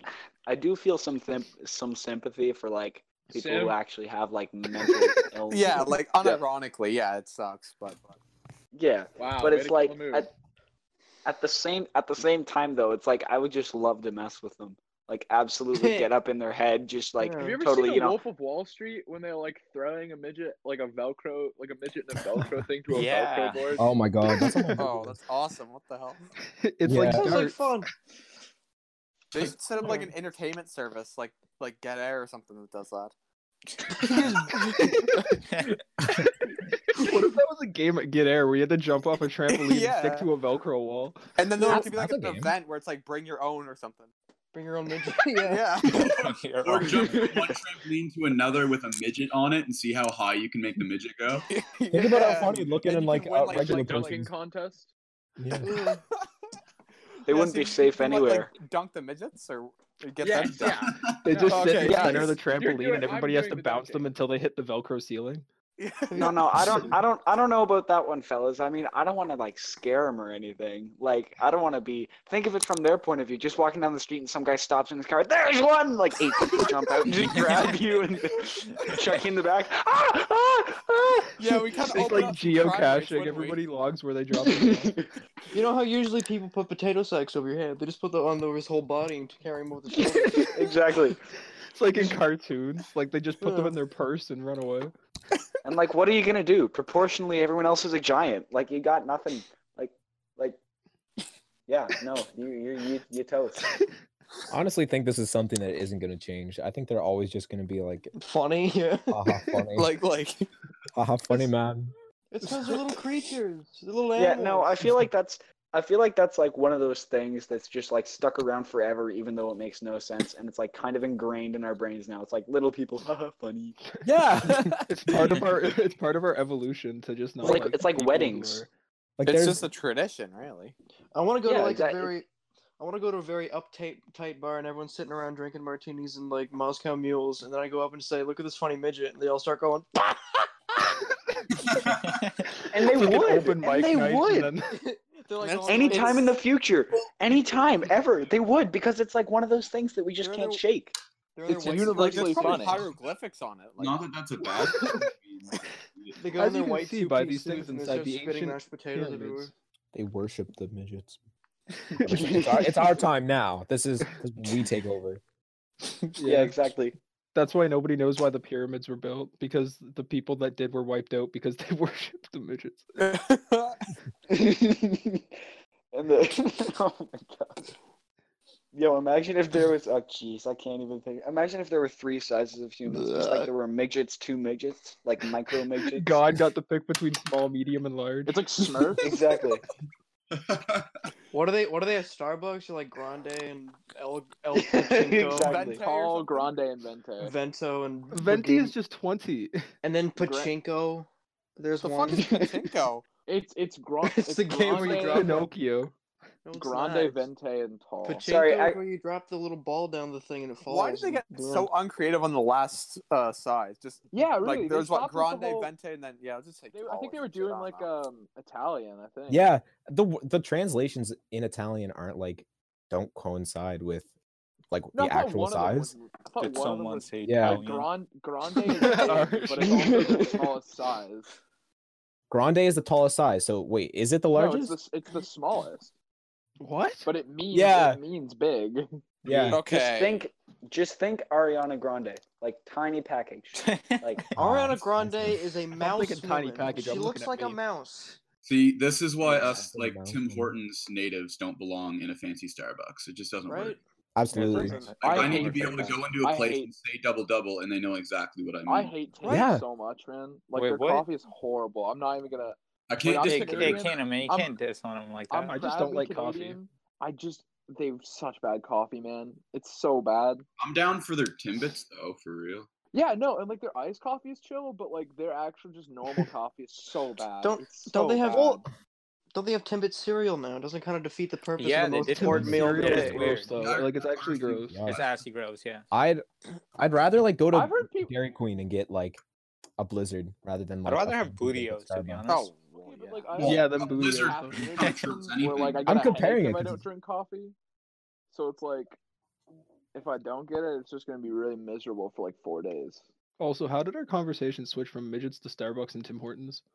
E: I do feel some thim- some sympathy for like people
F: Sim.
E: who actually have like mental illness.
A: Yeah, like unironically, yeah, it sucks, but.
E: yeah.
F: Wow.
E: but
F: way
E: it's
F: to kill
E: like
F: the move.
E: at, at the same at the same time though, it's like I would just love to mess with them. Like absolutely get up in their head, just like
F: Have you ever
E: totally,
F: seen
E: you
F: the
E: know.
F: Wolf of Wall Street when they're like throwing a midget, like a Velcro, like a midget and a Velcro thing to a
A: Yeah.
F: Velcro board?
D: Oh my god. That's on my
A: Oh, that's awesome. What the hell?
G: It's like
D: Yeah.
C: Sounds like
G: darts.
C: fun.
A: They should set up like an entertainment service, like like Get Air or something that does that.
G: What if that was a game at Get Air where you had to jump off a trampoline and
A: Yeah.
G: stick to a Velcro wall?
A: And then there
D: That's-
A: could be like
D: that's
A: an
D: a game.
A: event where it's like bring your own or something.
C: Bring your own midget. yeah.
A: Yeah.
J: or jump from one trampoline to another with a midget on it and see how high you can make the midget go.
D: Think about
A: Yeah.
D: how funny looking
A: Then
D: in
A: you
D: like
A: can win,
D: a
A: like,
F: It's
D: regular
F: like dunking
D: person.
F: contest.
D: Yeah.
E: They wouldn't
A: so
E: be
A: you-
E: safe
A: you want, like,
E: anywhere.
A: dunk the midgets or or get
F: Yeah,
A: them
F: yeah.
A: done.
G: They just sit
A: Okay,
G: in the center
A: yes.
G: of the trampoline
F: doing-
G: and
F: I'm
G: everybody has
F: doing
G: to
F: the
G: bounce
F: dunking.
G: them until they hit the Velcro ceiling.
E: No, no, I don't, I don't, I don't know about that one, fellas. I mean, I don't want to like scare them or anything. Like, I don't want to be. Think of it from their point of view. Just walking down the street and some guy stops in his car. There's one. Like eight people jump out and just grab you and chuck you in the back. Ah, ah,
A: yeah, we kind of
G: It's like geocaching. Everybody logs where they
E: ah!"
G: drop.
C: You know how usually people put potato sacks over your head? They just put that on over his whole body and carry him over the shoulders.
E: exactly.
G: It's like in cartoons. Like they just put them in their purse and run away.
E: And like, what are you gonna do? Proportionally, everyone else is a giant. Like, you got nothing. Like, like, yeah, no, you you you you toast.
D: Honestly, think this is something that isn't going to change. I think they're always just going to be like,
C: funny, yeah.
D: haha, funny,
C: like, like.
D: haha, funny man.
C: It's because they're little creatures. They're little
E: Yeah,
C: animals.
E: no, I feel like that's I feel like that's like one of those things that's just like stuck around forever, even though it makes no sense, and it's like kind of ingrained in our brains now. It's like little people, haha, funny.
D: Yeah,
G: It's part of our. It's part of our evolution to just not.
E: It's like-
G: like
E: it's like
G: people who
E: weddings.
G: are-
D: like
A: it's
D: there's
A: just a tradition, really.
C: I want to go
E: Yeah,
C: to like
E: exact-
C: a very, I want to go to a very uptight tight bar and everyone's sitting around drinking martinis and like Moscow mules, and then I go up and say, "Look at this funny midget," and they all start going.
E: And they
G: It's like an
E: would
G: open
E: and
G: mic
E: they
G: night, and
E: would.
G: then-
C: They're like,
A: That's-
C: all
E: Anytime in
C: it's-
E: the future, anytime ever, they would because it's like one of those things that we just
C: They're
E: can't
C: the-
E: shake.
C: they're their
A: It's
C: white-
A: universally
C: there's
A: funny.
C: probably pyro-
A: hieroglyphics on it.
J: Not that that's a bad thing.
C: They go
G: As
C: in their
G: you can
C: white
G: see by
C: two-piece
G: these things
C: suits and they
G: inside
C: start
G: the
C: spitting
G: ancient
C: mashed potatoes everywhere.
D: they worship the midgets. it's, our, it's our time now. This is we take over.
E: Yeah, exactly.
G: That's why nobody knows why the pyramids were built because the people that did were wiped out because they worshipped the midgets.
E: and the oh my god. Yo, imagine if there was oh jeez, I can't even think. Imagine if there were three sizes of humans. It's like there were midgets, two midgets, like micro midgets.
G: God got the pick between small, medium, and large.
C: It's like Smurf.
E: Exactly.
C: what are they? What are they at Starbucks? You're like Grande and El El Pachinko,
E: Exactly.
F: Ventol, Grande, and Vente.
C: Vento, and
G: Venti is
C: Bugatti.
G: just twenty.
C: and then Pachinko. There's
A: The
C: one.
A: fuck is Pachinko?
F: It's it's Grande.
C: It's the game where you drop
F: Grande,
G: Pinocchio.
C: No, it's
F: Grande,
C: not.
F: Vente, and Tall.
C: Pachinko
E: Sorry,
C: is
E: I-
C: where you drop the little ball down the thing and it falls.
A: Why did they
C: and
A: get
C: boom.
A: so uncreative on the last uh, size? Just
F: Yeah, really.
A: like
F: they
A: there's what
F: stopped with the
A: grande,
F: whole-
A: vente, and then yeah, I'll just take.
F: they- I think they
A: $12
F: were
A: and shit,
F: doing
A: I
F: like
A: don't know.
F: um Italian, I think.
D: Yeah, the w- the translations in Italian aren't like don't coincide with like
F: No, I
D: the
F: thought
D: actual
F: one of them
D: size.
F: was- I thought
I: Did
F: one of them
I: someone
F: was
I: say
D: Yeah.
F: like,
I: Italian?
F: grand, grande, is big, but it's also the smallest size.
D: Grande is the tallest size. So wait, is it the
F: No,
D: largest?
F: it's, the, s- it's the smallest,
G: What?
F: but it means
D: Yeah.
F: it means big.
D: yeah.
E: Just think just think Ariana Grande. Like tiny package. Like
C: Ariana Grande is a
G: I'm
C: mouse.
G: thinking tiny
C: woman.
G: package,
C: She
G: I'm
C: looks
G: looking at
C: like a
G: me.
C: mouse.
J: See, this is why
D: Yeah,
J: us
D: that's a
J: like
D: mountain.
J: Tim Hortons natives don't belong in a fancy Starbucks. It just doesn't work.
C: Right?
D: Absolutely.
J: Like, I,
F: I
J: need
F: hate
J: to be able to
F: that.
J: go into a
F: I
J: place
F: hate-
J: and say double double, and they know exactly what I mean.
F: I
J: I,
F: hate Tim
D: Right. Yeah.
F: so much, man. Like
I: Wait,
F: their
I: what?
F: coffee is horrible. I'm not even gonna.
J: can't
F: Wait,
J: just
F: I'm
I: It,
F: just
I: it
F: Canadian.
I: can't, I mean, you
F: I'm-
I: can't diss on them like
F: I'm
I: that.
G: I just don't
F: proudly
G: like coffee.
F: Canadian. I just they've such bad coffee, man. It's so bad.
J: I'm down for their timbits though, for real.
F: Yeah, no, and like their iced coffee is chill, but like their actual just normal coffee is so bad.
C: Don't-
F: It's
C: don't
F: so
C: they have-
F: bad.
C: Don't they have Timbit cereal now? Doesn't it kind of defeat the purpose
I: Yeah,
C: of
I: they
C: the most
I: did
C: important
I: Timbit
C: meal.
I: cereal.
C: ever?
G: It's
I: Yeah.
G: gross though.
J: Yeah.
G: Like it's actually gross.
D: Yeah.
I: It's actually gross, yeah.
D: I'd I'd rather like go to
F: I've heard people.
D: Dairy Queen and get like a Blizzard rather than
I: I'd
D: like. a
I: rather have
D: fucking Blizzard at
I: Bludios, to be
D: Starbucks.
I: honest.
A: Oh, well,
F: Yeah,
A: yeah.
F: but, like, I
J: Well,
G: Yeah, them
J: a
G: booties.
J: blizzard
G: are so-
J: I'm not sure
F: Where, like,
J: it's
F: I
J: anything.
F: get
D: I'm
F: a headache
D: comparing it
F: if I
D: 'cause
F: don't
D: it's-
F: drink coffee. So it's like, if I don't get it, it's just gonna be really miserable for like four days.
G: Also, how did our conversation switch from midgets to Starbucks and Tim Hortons?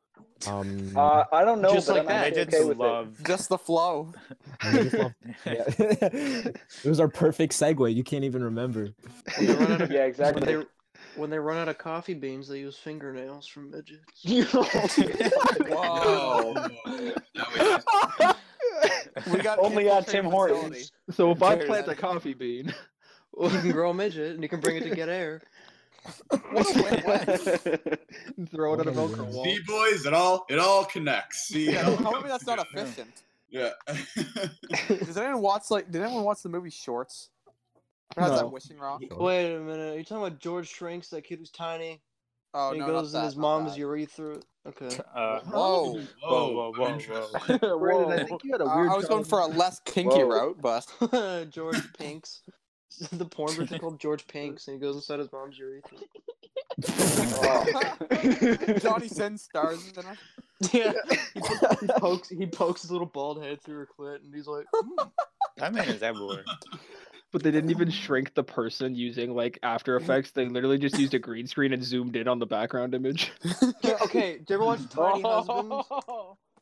D: Um,
E: uh, I don't know,
C: Just
E: but
C: like
E: I'm
C: that.
E: actually
I: Midgets
E: okay with
I: love.
A: just the flow.
D: I just love- yeah. it was our perfect segue. You can't even remember.
C: When they run out
E: it.
C: of-
E: Yeah,
C: when
E: exactly.
C: they when they run out of coffee beans, they use fingernails from midgets.
J: Whoa. Oh, That was
A: We got
E: Only
A: infiltrated
E: at Tim
A: facility.
E: Hortons.
G: So if I
A: Fair
G: plant a
A: enough.
G: coffee bean,
C: You can grow a midget and you can bring it to get air.
A: What a win-win.
G: and throw it at a
D: Whatever,
G: Velcro
D: yeah.
G: wall.
J: See, boys, it all it all connects. See, it
A: Yeah,
J: all
A: tell
J: comes
A: me that's not
J: together.
A: efficient.
J: Yeah.
A: Does anyone watch like? Did anyone watch the movie Shorts? Or has
G: No.
A: that wishing rock?
C: Wait a minute, are you talking about George Shrinks, that kid who's tiny?
A: Oh
C: and
A: no,
C: he goes
A: not
C: in
A: that,
C: his
A: not
C: mom's
A: that.
C: urethra. Okay.
I: Uh,
A: Whoa.
I: whoa, whoa,
J: I'm
I: whoa,
J: interested.
I: whoa.
G: Brandon, I
F: Whoa.
G: think you had a
A: I-
G: weird.
A: I was going
G: childhood.
A: for a less kinky
E: Whoa.
A: route, but
C: George Pinks. the porn version called George Pinks, and he goes inside his mom's urethra.
A: Johnny Sin stars in it.
C: Yeah, he, po- he "Hmm, pokes he pokes his little bald head through her clit, and he's like,
I: That man is everywhere.
G: but they didn't even shrink the person using like After Effects. They literally just used a green screen and zoomed in on the background image.
C: okay, did you ever watch Tiny Husband?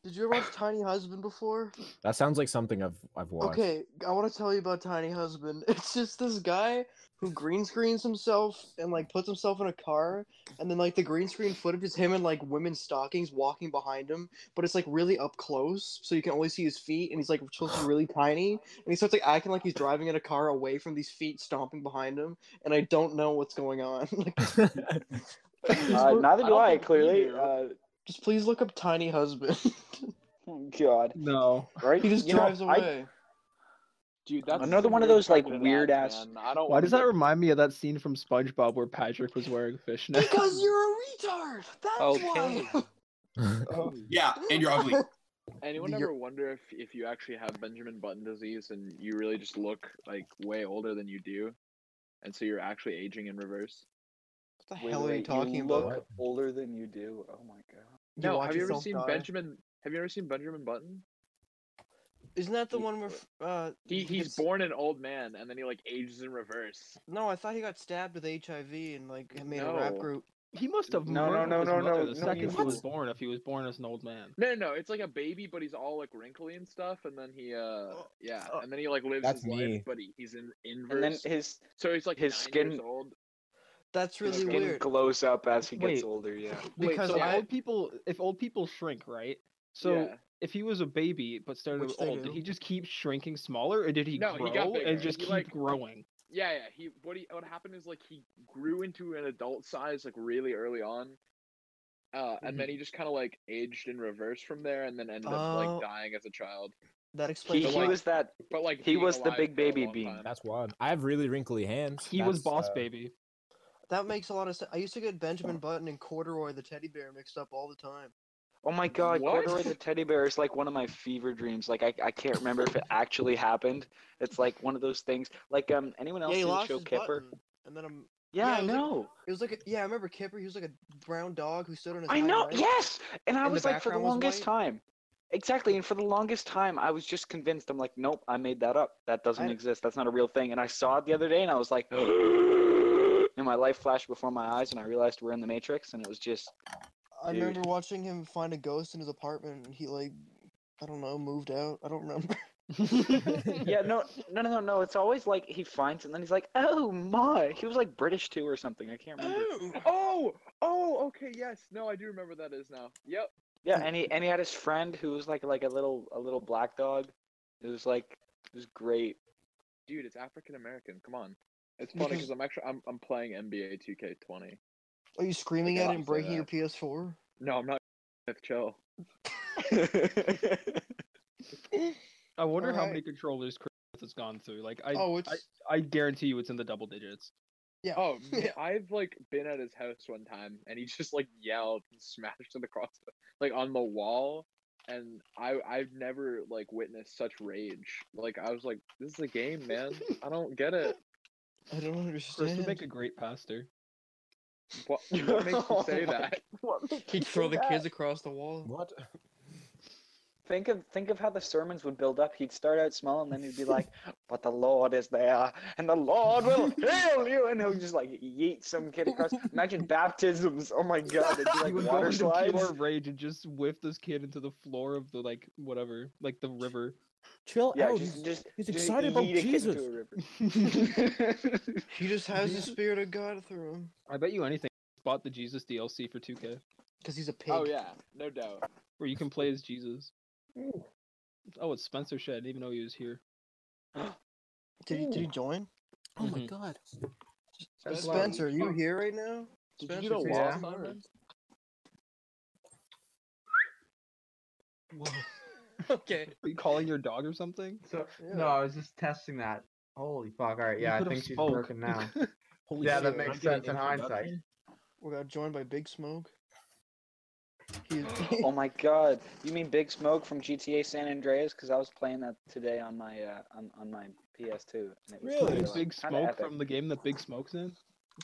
C: Did you ever watch Tiny Husband before?
D: That sounds like something I've I've watched.
C: Okay, I want to tell you about Tiny Husband. It's just this guy who green screens himself and like puts himself in a car, and then like the green screen footage is him in like women's stockings walking behind him, but it's like really up close, so you can only see his feet, and he's like supposed to be really tiny, and he starts like acting like he's driving in a car away from these feet stomping behind him, and I don't know what's going on. Like,
E: Uh, neither do I, clearly. Uh,
C: just please look up Tiny Husband.
E: oh, God.
G: No.
E: Right?
C: he just
E: You know,
C: drives
E: I-
C: away.
F: Dude, that's
E: Another
F: some
E: one of
F: weird
E: those, like,
F: fucking
E: weird
F: ads,
E: ass-
F: man. Oh, I don't.
G: Why does that remind me of that scene from SpongeBob where Patrick was wearing fishnets?
C: Because you're a retard. That's
A: Okay.
C: why.
J: Yeah, and you're ugly.
F: Anyone
C: You're-
F: ever wonder if if you actually have Benjamin Button disease and you really just look like way older than you do, and so you're actually aging in reverse?
C: What the
E: Wait,
C: hell
E: wait,
C: are you
E: wait,
C: talking
E: look
C: about?
E: older than you do. Oh my god.
C: You
F: no,
C: watch
F: have you ever
C: yourself
F: seen
C: die.
F: Benjamin? Have you ever seen Benjamin Button?
C: Isn't that the one where f- uh
F: He he's
C: gets-
F: born an old man and then he like ages in reverse.
C: No, I thought he got stabbed with HIV and like made a rap
F: No.
C: group.
G: He must have
I: No, no,
G: murdered
I: no,
G: his
I: no,
G: mother
I: no,
G: the
I: no,
G: second he
I: what?
G: was born. If he was born as an old man,
F: No, no, no. It's like a baby, but he's all like wrinkly and stuff, and then he uh yeah,
C: uh,
F: and then he like lives
D: that's
F: his
D: me.
F: life, but he, he's in
E: And then
F: inverse.
E: his
F: so he's like
E: his
F: nine
E: skin-
F: years old.
C: That's
E: his
C: really
E: skin
C: weird.
E: glows up as he gets
G: Wait.
E: older. Yeah.
F: Wait,
G: because
F: so I-
G: old people, if old people shrink, right? So
F: Yeah.
G: if he was a baby but started
C: Which they
G: old, did
C: do.
G: he just keep shrinking smaller, or did he
F: No,
G: grow
F: he got bigger.
G: and just
F: He,
G: keep
F: like-
G: growing?
F: Yeah, yeah. He what he what happened is like he grew into an adult size like really early on, uh, and then he just kind of like aged in reverse from there, and then ended
C: Oh.
F: up like dying as a child.
C: That
E: He,
C: explains
E: he
C: a lot.
E: was that.
F: But like
E: He
F: being
E: was the
F: alive
E: big
F: for a
E: baby
F: long
E: bean.
F: time.
D: That's wild. I have really wrinkly hands.
G: He was
D: That's,
G: boss
D: uh,
G: baby.
C: That makes a lot of sense. I used to get Benjamin Button and Corduroy the teddy bear mixed up all the time.
E: Oh my god,
F: What?
E: Corduroy the teddy bear is like one of my fever dreams. Like I, I can't remember if it actually happened. It's like one of those things. Like um anyone else
C: yeah, he
E: in the
C: lost
E: show
C: his
E: Kipper?
C: button, and then um,
E: Yeah,
C: Yeah,
E: I
C: it was like-
E: know.
C: it was like a, yeah, I remember Kipper. He was like a brown dog who stood on his.
E: I
C: hind
E: know.
C: legs.
E: Yes. And I
C: And the
E: was like for the
C: background was
E: longest
C: white.
E: time. Exactly. And for the longest time I was just convinced I'm like, nope, I made that up. That doesn't
C: I-
E: exist. That's not a real thing. And I saw it the other day and I was like and my life flashed before my eyes and I realized we're in the Matrix and it was just
C: I
E: Dude.
C: remember watching him find a ghost in his apartment, and he like, I don't know, moved out. I don't remember.
E: yeah, no, no, no, no, no. It's always like he finds it and then he's like, "Oh my!" He was like British too or something. I can't remember.
F: Oh, oh, okay, yes. No, I do remember what that is now. Yep.
E: Yeah, and he and he had his friend who was like like a little a little black dog. It was like it was great.
F: Dude, it's African American. Come on. It's funny because I'm actually I'm I'm playing NBA 2K20.
C: Are you screaming at
F: Yeah,
C: him,
F: say
C: breaking your
F: that.
C: PS4?
F: No, I'm not. Chill.
G: I wonder how many
C: Alright.
G: controllers Chris has gone through. Like I,
C: oh, it's
G: I guarantee you, it's in the double digits.
C: yeah.
F: Oh, man, I've like been at his house one time, and he just like yelled and smashed it across the, like on the wall, and I I've never like witnessed such rage. Like I was like, this is a game, man. I don't get it.
C: I don't
G: Chris would
C: understand.
G: make a great pastor.
F: What, what makes you say
E: Oh my
F: that?
C: He'd throw the kids across the wall.
D: What?
E: Think of think of how the sermons would build up. He'd start out small and then he'd be like, "But the Lord is there, and the Lord will heal you," and he'll just like yeet some kid across. Imagine baptisms. Oh my god, it'd be
G: he would
E: like
G: go
E: water
G: into
E: slides.
G: pure rage and just whip this kid into the floor of the like whatever, like the river.
D: Chill
E: Yeah,
D: out.
E: just,
D: he's-
E: just
D: he's
E: just
D: excited about
E: yeet a kid into
D: Jesus.
E: a river.
C: He just has the spirit of God through him.
G: I bet you anything. Bought the Jesus DLC for 2K,
C: Because he's a pig.
F: Oh yeah, no doubt.
G: where you can play as Jesus. Oh, it's Spencer Shedd. I didn't even know he was here.
C: Did he, did he join?
D: Oh my
G: Mhm.
D: god.
F: That's why we-
C: Spencer, are you here right now?
F: Did
C: Spencer,
F: you do the
C: say
F: wall,
C: some
F: Simon?
C: words.
G: Okay. Are you calling your dog or something?
K: So
C: Yeah.
K: no, I was just testing that. Holy fuck! All right, yeah, I
G: could've
K: think she's
G: spoke.
K: working now.
D: Holy
K: Yeah, that
D: shit,
K: makes
D: I'm getting
K: sense in
D: interrupted.
K: hindsight.
C: We got joined by Big Smoke. He,
E: Oh my god! You mean Big Smoke from GTA San Andreas? Because I was playing that today on my uh, on, on my PS2. And it was
D: Really?
E: kinda, like, kinda
G: Big Smoke
E: epic.
G: from the game that Big Smoke's in.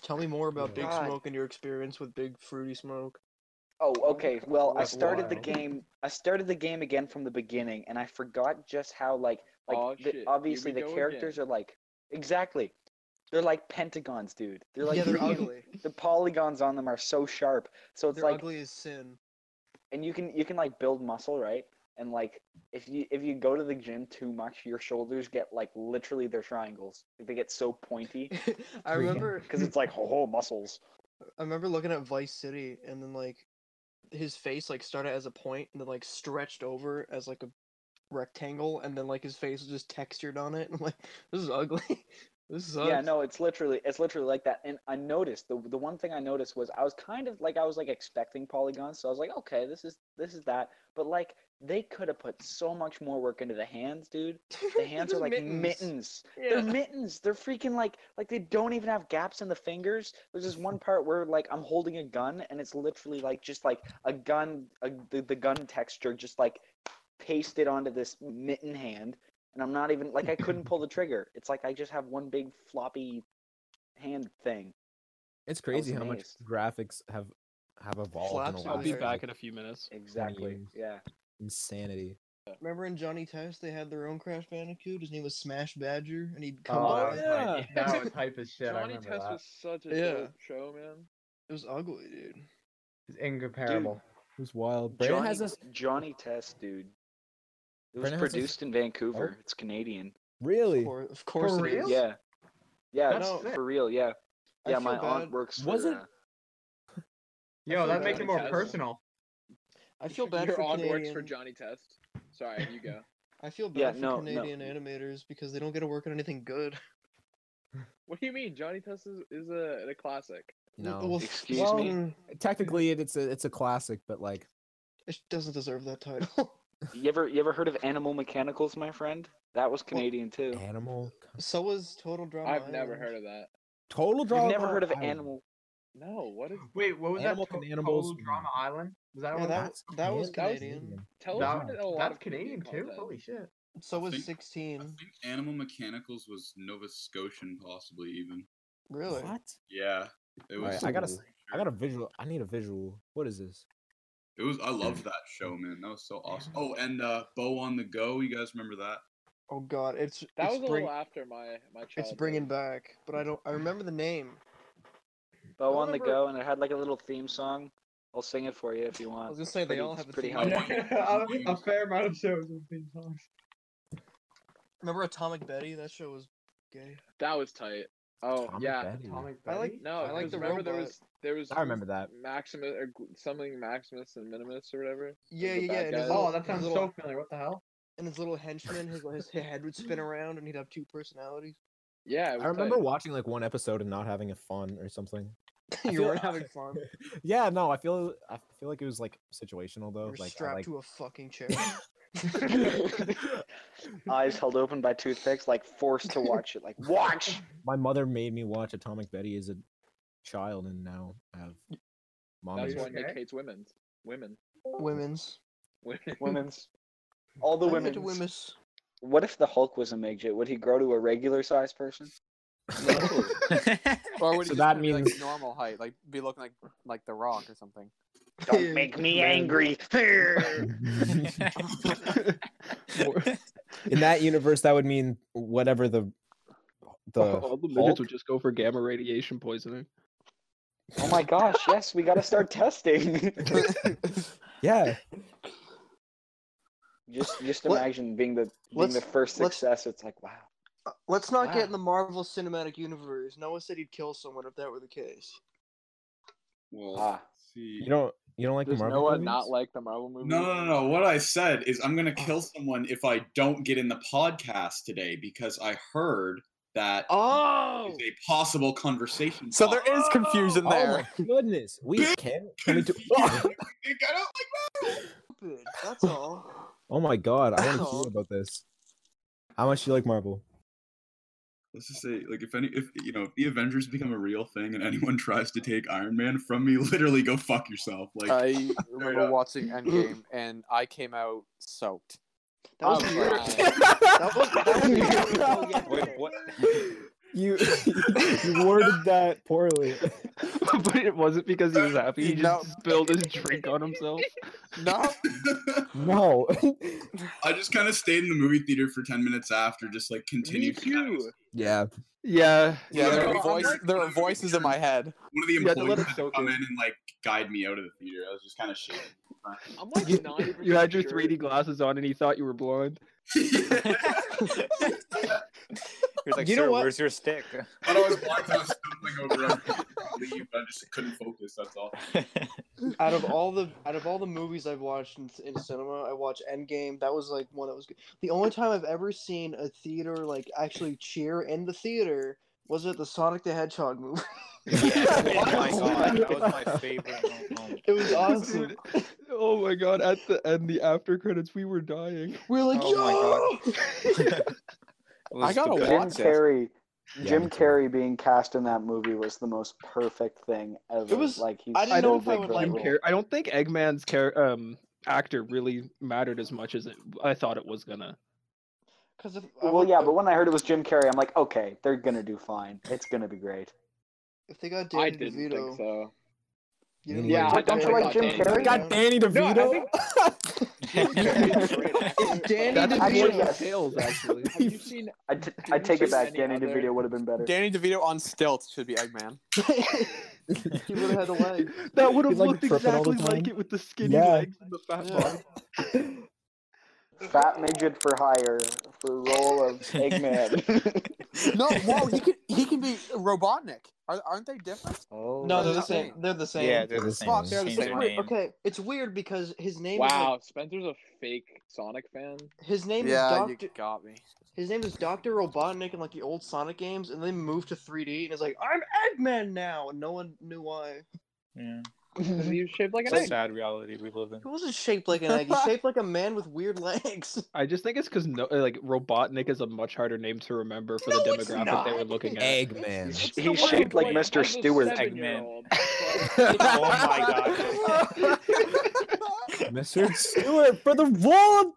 C: tell me more about Big
E: God.
C: Smoke and your experience with Big Fruity Smoke.
E: Oh, okay. Well, I
K: That's
E: started the
K: wild.
E: game. I started the game again from the beginning, and I forgot just how like like
F: Aw,
E: the-
F: shit, here
E: obviously
F: we
E: the
F: go
E: characters are like Exactly. They're like pentagons, dude. They're like
C: Yeah, they're
E: freaking-
C: ugly.
E: The polygons on them are so sharp. So it's
C: They're
E: like
C: ugly as sin.
E: and you can you can like build muscle, right? And like if you if you go to the gym too much, your shoulders get like literally they're triangles. Like, They get so pointy
C: I remember
E: because it's like whole muscles.
C: I remember looking at Vice City and then like his face like started as a point and then like stretched over as like a rectangle and then like his face was just textured on it. I'm like, this is ugly. this sucks.
E: Yeah, no, it's literally it's literally like that. And I noticed the the one thing I noticed was I was kind of like I was like expecting polygons, so I was like, okay, this is this is that. But like they could have put so much more work into the hands, dude. The hands are
C: They're
E: like
C: mittens.
E: mittens.
C: Yeah.
E: They're mittens. They're freaking like like they don't even have gaps in the fingers. There's this one part where like I'm holding a gun and it's literally like just like a gun a, the, the gun texture just like pasted onto this mitten hand and I'm not even like I couldn't pull the trigger. It's like I just have one big floppy hand thing.
D: It's crazy how much
E: amazed.
D: graphics have have evolved.
C: Flaps
D: in the
C: are
D: last
G: I'll be
C: Fire.
G: back in a few minutes.
E: Exactly.
D: years.
E: Yeah.
D: Insanity.
C: Remember in Johnny Test they had their own Crash Bandicoot. His name was Smash Badger, and he'd come
K: Oh,
C: out.
K: that was
G: yeah.
K: hype. That was hype as shit. I
F: Johnny
K: remember
F: Test
K: that.
F: was such a
C: Yeah.
F: dope show, man.
C: It was ugly, dude.
K: It's incomparable.
D: It was wild. Brandon
E: Johnny,
D: has this
E: Johnny Test, dude. It was
D: Brandon has this- Oh.
E: produced in Vancouver. It's Canadian.
D: really
C: Of course, of course it
K: real?
C: is.
E: Yeah. Yeah,
C: That's
E: no,
C: sick.
E: for real, yeah.
C: I
E: Yeah,
C: feel
E: my aunt
C: bad-
E: works for
D: Was it-
E: uh,
K: Yo, that
C: feel
K: makes
C: bad
K: it more
F: for Taz.
K: personal.
C: I feel bad
F: Your
C: for
F: on
C: Canadian.
F: works for Johnny Test. Sorry, you go.
C: I feel bad
E: Yeah,
C: for
E: no, no.
C: Canadian animators because they don't get to work on anything good.
F: What do you mean? Johnny Test is, is a, a classic.
D: no.
E: Excuse
D: well,
E: me.
C: mm,
D: Technically, it, it's a it's a classic, but like
C: It doesn't deserve that title.
E: You ever you ever heard of Animal Mechanicals, my friend? That was Canadian too.
D: animal.
C: so was Total Drama.
F: I've never
C: Island.
F: heard of that.
D: Total drama.
E: You've never heard of
D: Island.
E: Animal?
F: No, what is?
K: Wait, what was
D: Animal
K: that?
D: Can Animals-
K: Total Drama Island? Was that
C: Yeah,
K: one?
C: Oh, that
K: That,
C: was- that was
D: Can-
C: Canadian.
F: Tell us
K: that,
F: what a lot
K: that's
F: of
K: Canadian too?
F: content.
K: Holy shit.
C: So was
J: Think- I
C: 16.
J: think Animal Mechanicals was Nova Scotian, possibly even.
C: Really?
D: What?
J: Yeah, it was.
D: Alright, I gotta, s- I got a visual. I need a visual. What is this?
J: It was. I loved that show, man. That was so awesome. Oh, and uh, Bow on the Go. You guys remember that?
C: Oh god, it's
F: That
C: it's
F: was a
C: bring-
F: little after my my childhood.
C: it's bringing back, but I don't. I remember the name.
E: Bow
C: I
E: on the
C: remember-
E: go, and it had like a little theme song. I'll sing it for you if you
C: I was
E: want.
C: gonna say they
E: pretty-
C: all have a
E: it's pretty
C: theme.
E: high.
J: A
K: fair amount of shows have been talking.
C: Remember Atomic Betty? That show was gay.
F: That was tight. Oh
D: Atomic
F: yeah.
D: Betty.
C: I like.
F: No,
C: I like
F: 'cause
C: the
F: remember there
C: robot.
F: was there was
D: I remember that.
F: Maximus or G- something Maximus and Minimus or whatever.
C: Yeah,
F: the
C: yeah, yeah.
F: bad
C: And his
F: guys.
C: little,
K: Oh, that sounds
C: his little,
K: so familiar. What the hell?
C: And his little henchman, his his head would spin around, and he'd have two personalities.
F: Yeah, it was
D: I remember
F: tight.
D: watching like one episode and not having a fun or something. I
C: you
D: feel-
C: weren't having fun.
D: Yeah, no, I feel I feel like it was like situational though.
C: You were
D: like, I,
C: strapped
D: like
C: to a fucking chair.
E: Eyes held open by toothpicks, like forced to watch it. Like watch.
D: my mother made me watch Atomic Betty as a child, and now I have mom.
F: That's
D: is-
F: why Nick
K: Okay.
F: hates women. Women.
C: Women's.
F: Women.
E: Women's. All the
C: I'm into
E: women.
C: women's.
E: What if the Hulk was a midget? Would he grow to a regular sized person?
A: Or would
D: So
A: he just
D: that
A: kinda be,
D: means-
A: like normal height, like be looking like like The Rock or something?
E: Don't make me angry.
D: In that universe, that would mean whatever the the
G: All the
D: Hulk?
G: midgets would just go for gamma radiation poisoning.
E: oh my gosh! Yes, we gotta start testing.
D: yeah.
E: just, just
C: Let-
E: imagine being the being
C: let's-
E: the first
C: let's-
E: success. It's like wow.
C: Uh, Let's not
E: Wow.
C: get in the Marvel Cinematic Universe. Noah said he'd kill someone if that were the case.
J: Well,
E: Ah.
J: see.
D: You don't you don't like
F: Does
D: the Marvel
F: Noah
D: movies?
F: not like the Marvel movies?
J: No, no, no, no. What I said is I'm gonna
A: Oh.
J: kill someone if I don't get in the podcast today because I heard that
C: Oh!
J: is a possible conversation.
A: So there is confusion
D: Oh
A: there.
D: my goodness, we
J: Big
D: can. Can we
J: Confusion.
D: do?
J: Nick, I don't like that.
C: Stupid. That's all.
D: Oh my god, I want to hear
C: Oh.
D: about this. How much do you like Marvel?
J: Let's just say, like, if any, if you know, if the Avengers become a real thing and anyone tries to take Iron Man from me, literally go fuck yourself. Like,
A: I remember
J: up.
A: watching Endgame and I came out soaked.
C: That was
A: I was
C: weird.
A: like,
C: That was, that was weird.
E: Wait, what?
D: You you worded that poorly.
G: but it wasn't because he was happy. He just
J: No.
G: spilled his drink on himself.
A: No.
D: No.
J: I just kind of stayed in the movie theater for ten minutes after, just like continued. to kinda-
D: Yeah.
G: Yeah.
A: Yeah. There
J: Yeah,
A: are,
J: I'm
A: voice,
J: like-
A: there are voices in my head.
J: One of the
A: You had to let
J: employees
A: it
J: had to
A: soak
J: come
A: in.
J: in and like guide me out of the theater. I was just kind of shaking.
F: I'm like
G: You-
F: 90%
G: You had your
F: sure-
G: 3D glasses on and he thought you were blind.
I: He was like,
C: You know
I: "Sir,
C: what?
I: where's your stick?"
D: Oh
J: I know I was blind, so I was stumbling over. I was gonna leave, but I just couldn't focus. That's all.
C: out of all the out of all the movies I've watched in, in cinema, I watched Endgame. That was like one that was good. The only time I've ever seen a theater like actually cheer in the theater was at the Sonic the Hedgehog movie.
I: oh my god, that was my favorite. moment.
C: It was awesome.
G: Dude, oh my god! At the end, the after credits, we were dying.
C: We are like,
I: Oh my
C: yo,
I: It was
A: I gotta
I: the best.
A: watch
E: Jim Carrey.
D: Yeah, me
E: Jim
D: too.
E: Carrey being cast in that movie was the most perfect thing ever.
C: was-
E: like he's
C: I didn't know
E: so
C: if I
E: big
C: would
E: for
C: like
E: that
G: Jim
E: role.
G: Carrey- I don't think Eggman's char- um actor really mattered as much as it, I thought it was gonna.
C: because if I
E: Well,
C: would-
E: yeah, but when I heard it was Jim Carrey, I'm like, okay, they're gonna do fine. It's gonna be great.
C: if they got
F: I
C: Danny
F: didn't
C: DeVito,
F: think so.
C: you
D: Yeah,
C: didn't like-
F: I
C: But
F: don't
C: don't you
F: think
C: like
F: I
C: Jim
F: did.
C: Carrey?
D: Got Danny DeVito.
C: If Danny
G: That's
E: Actually,
C: DeVito,
G: more than
E: yes.
G: tails, actually.
F: Have you seen
E: I, t-
F: Didn't
E: I take
F: you
E: it back.
F: any
E: Danny
F: other-
E: DeVito would have been better.
A: Danny DeVito on stilts should be Eggman.
C: he would have had a leg.
G: That would have
D: He's, like,
G: looked
D: tripping all the
G: exactly like
D: time.
G: it with the skinny
D: Yeah.
G: legs and the fat
C: Yeah.
G: body.
E: Fat midget for hire for role of Eggman.
A: No, whoa, he can he can be Robotnik. Are, aren't they different?
E: oh,
C: No, they're
E: that's-
C: the same. They're the same.
I: Yeah, they're the
D: It's
I: same.
D: fucked,
A: they're the
I: Change their
A: same.
C: Wait,
I: name.
C: okay, it's weird because his name
F: Wow, Spencer's a fake Sonic fan.
C: is like, his name is
A: Yeah,
C: Doctor.
A: you got me.
C: His name is Doctor Robotnik in like the old Sonic games, and they moved to 3D, and it's like I'm Eggman now, and no one knew why.
I: Yeah.
F: Is he shaped like an
I: It's a
F: egg?
I: sad reality we live in.
C: He wasn't shaped like an egg. He's shaped like a man with weird legs.
G: I just think it's because no, like Robotnik is a much harder name to remember for the
C: No, it's
G: demographic
C: not.
G: they were looking at.
D: Eggman.
F: It's the
E: He's
F: one
E: shaped like
F: played
E: Mr.
F: by the
E: Stewart.
F: seven-year-old.
I: oh my god.
D: Mr. Stewart for the wall.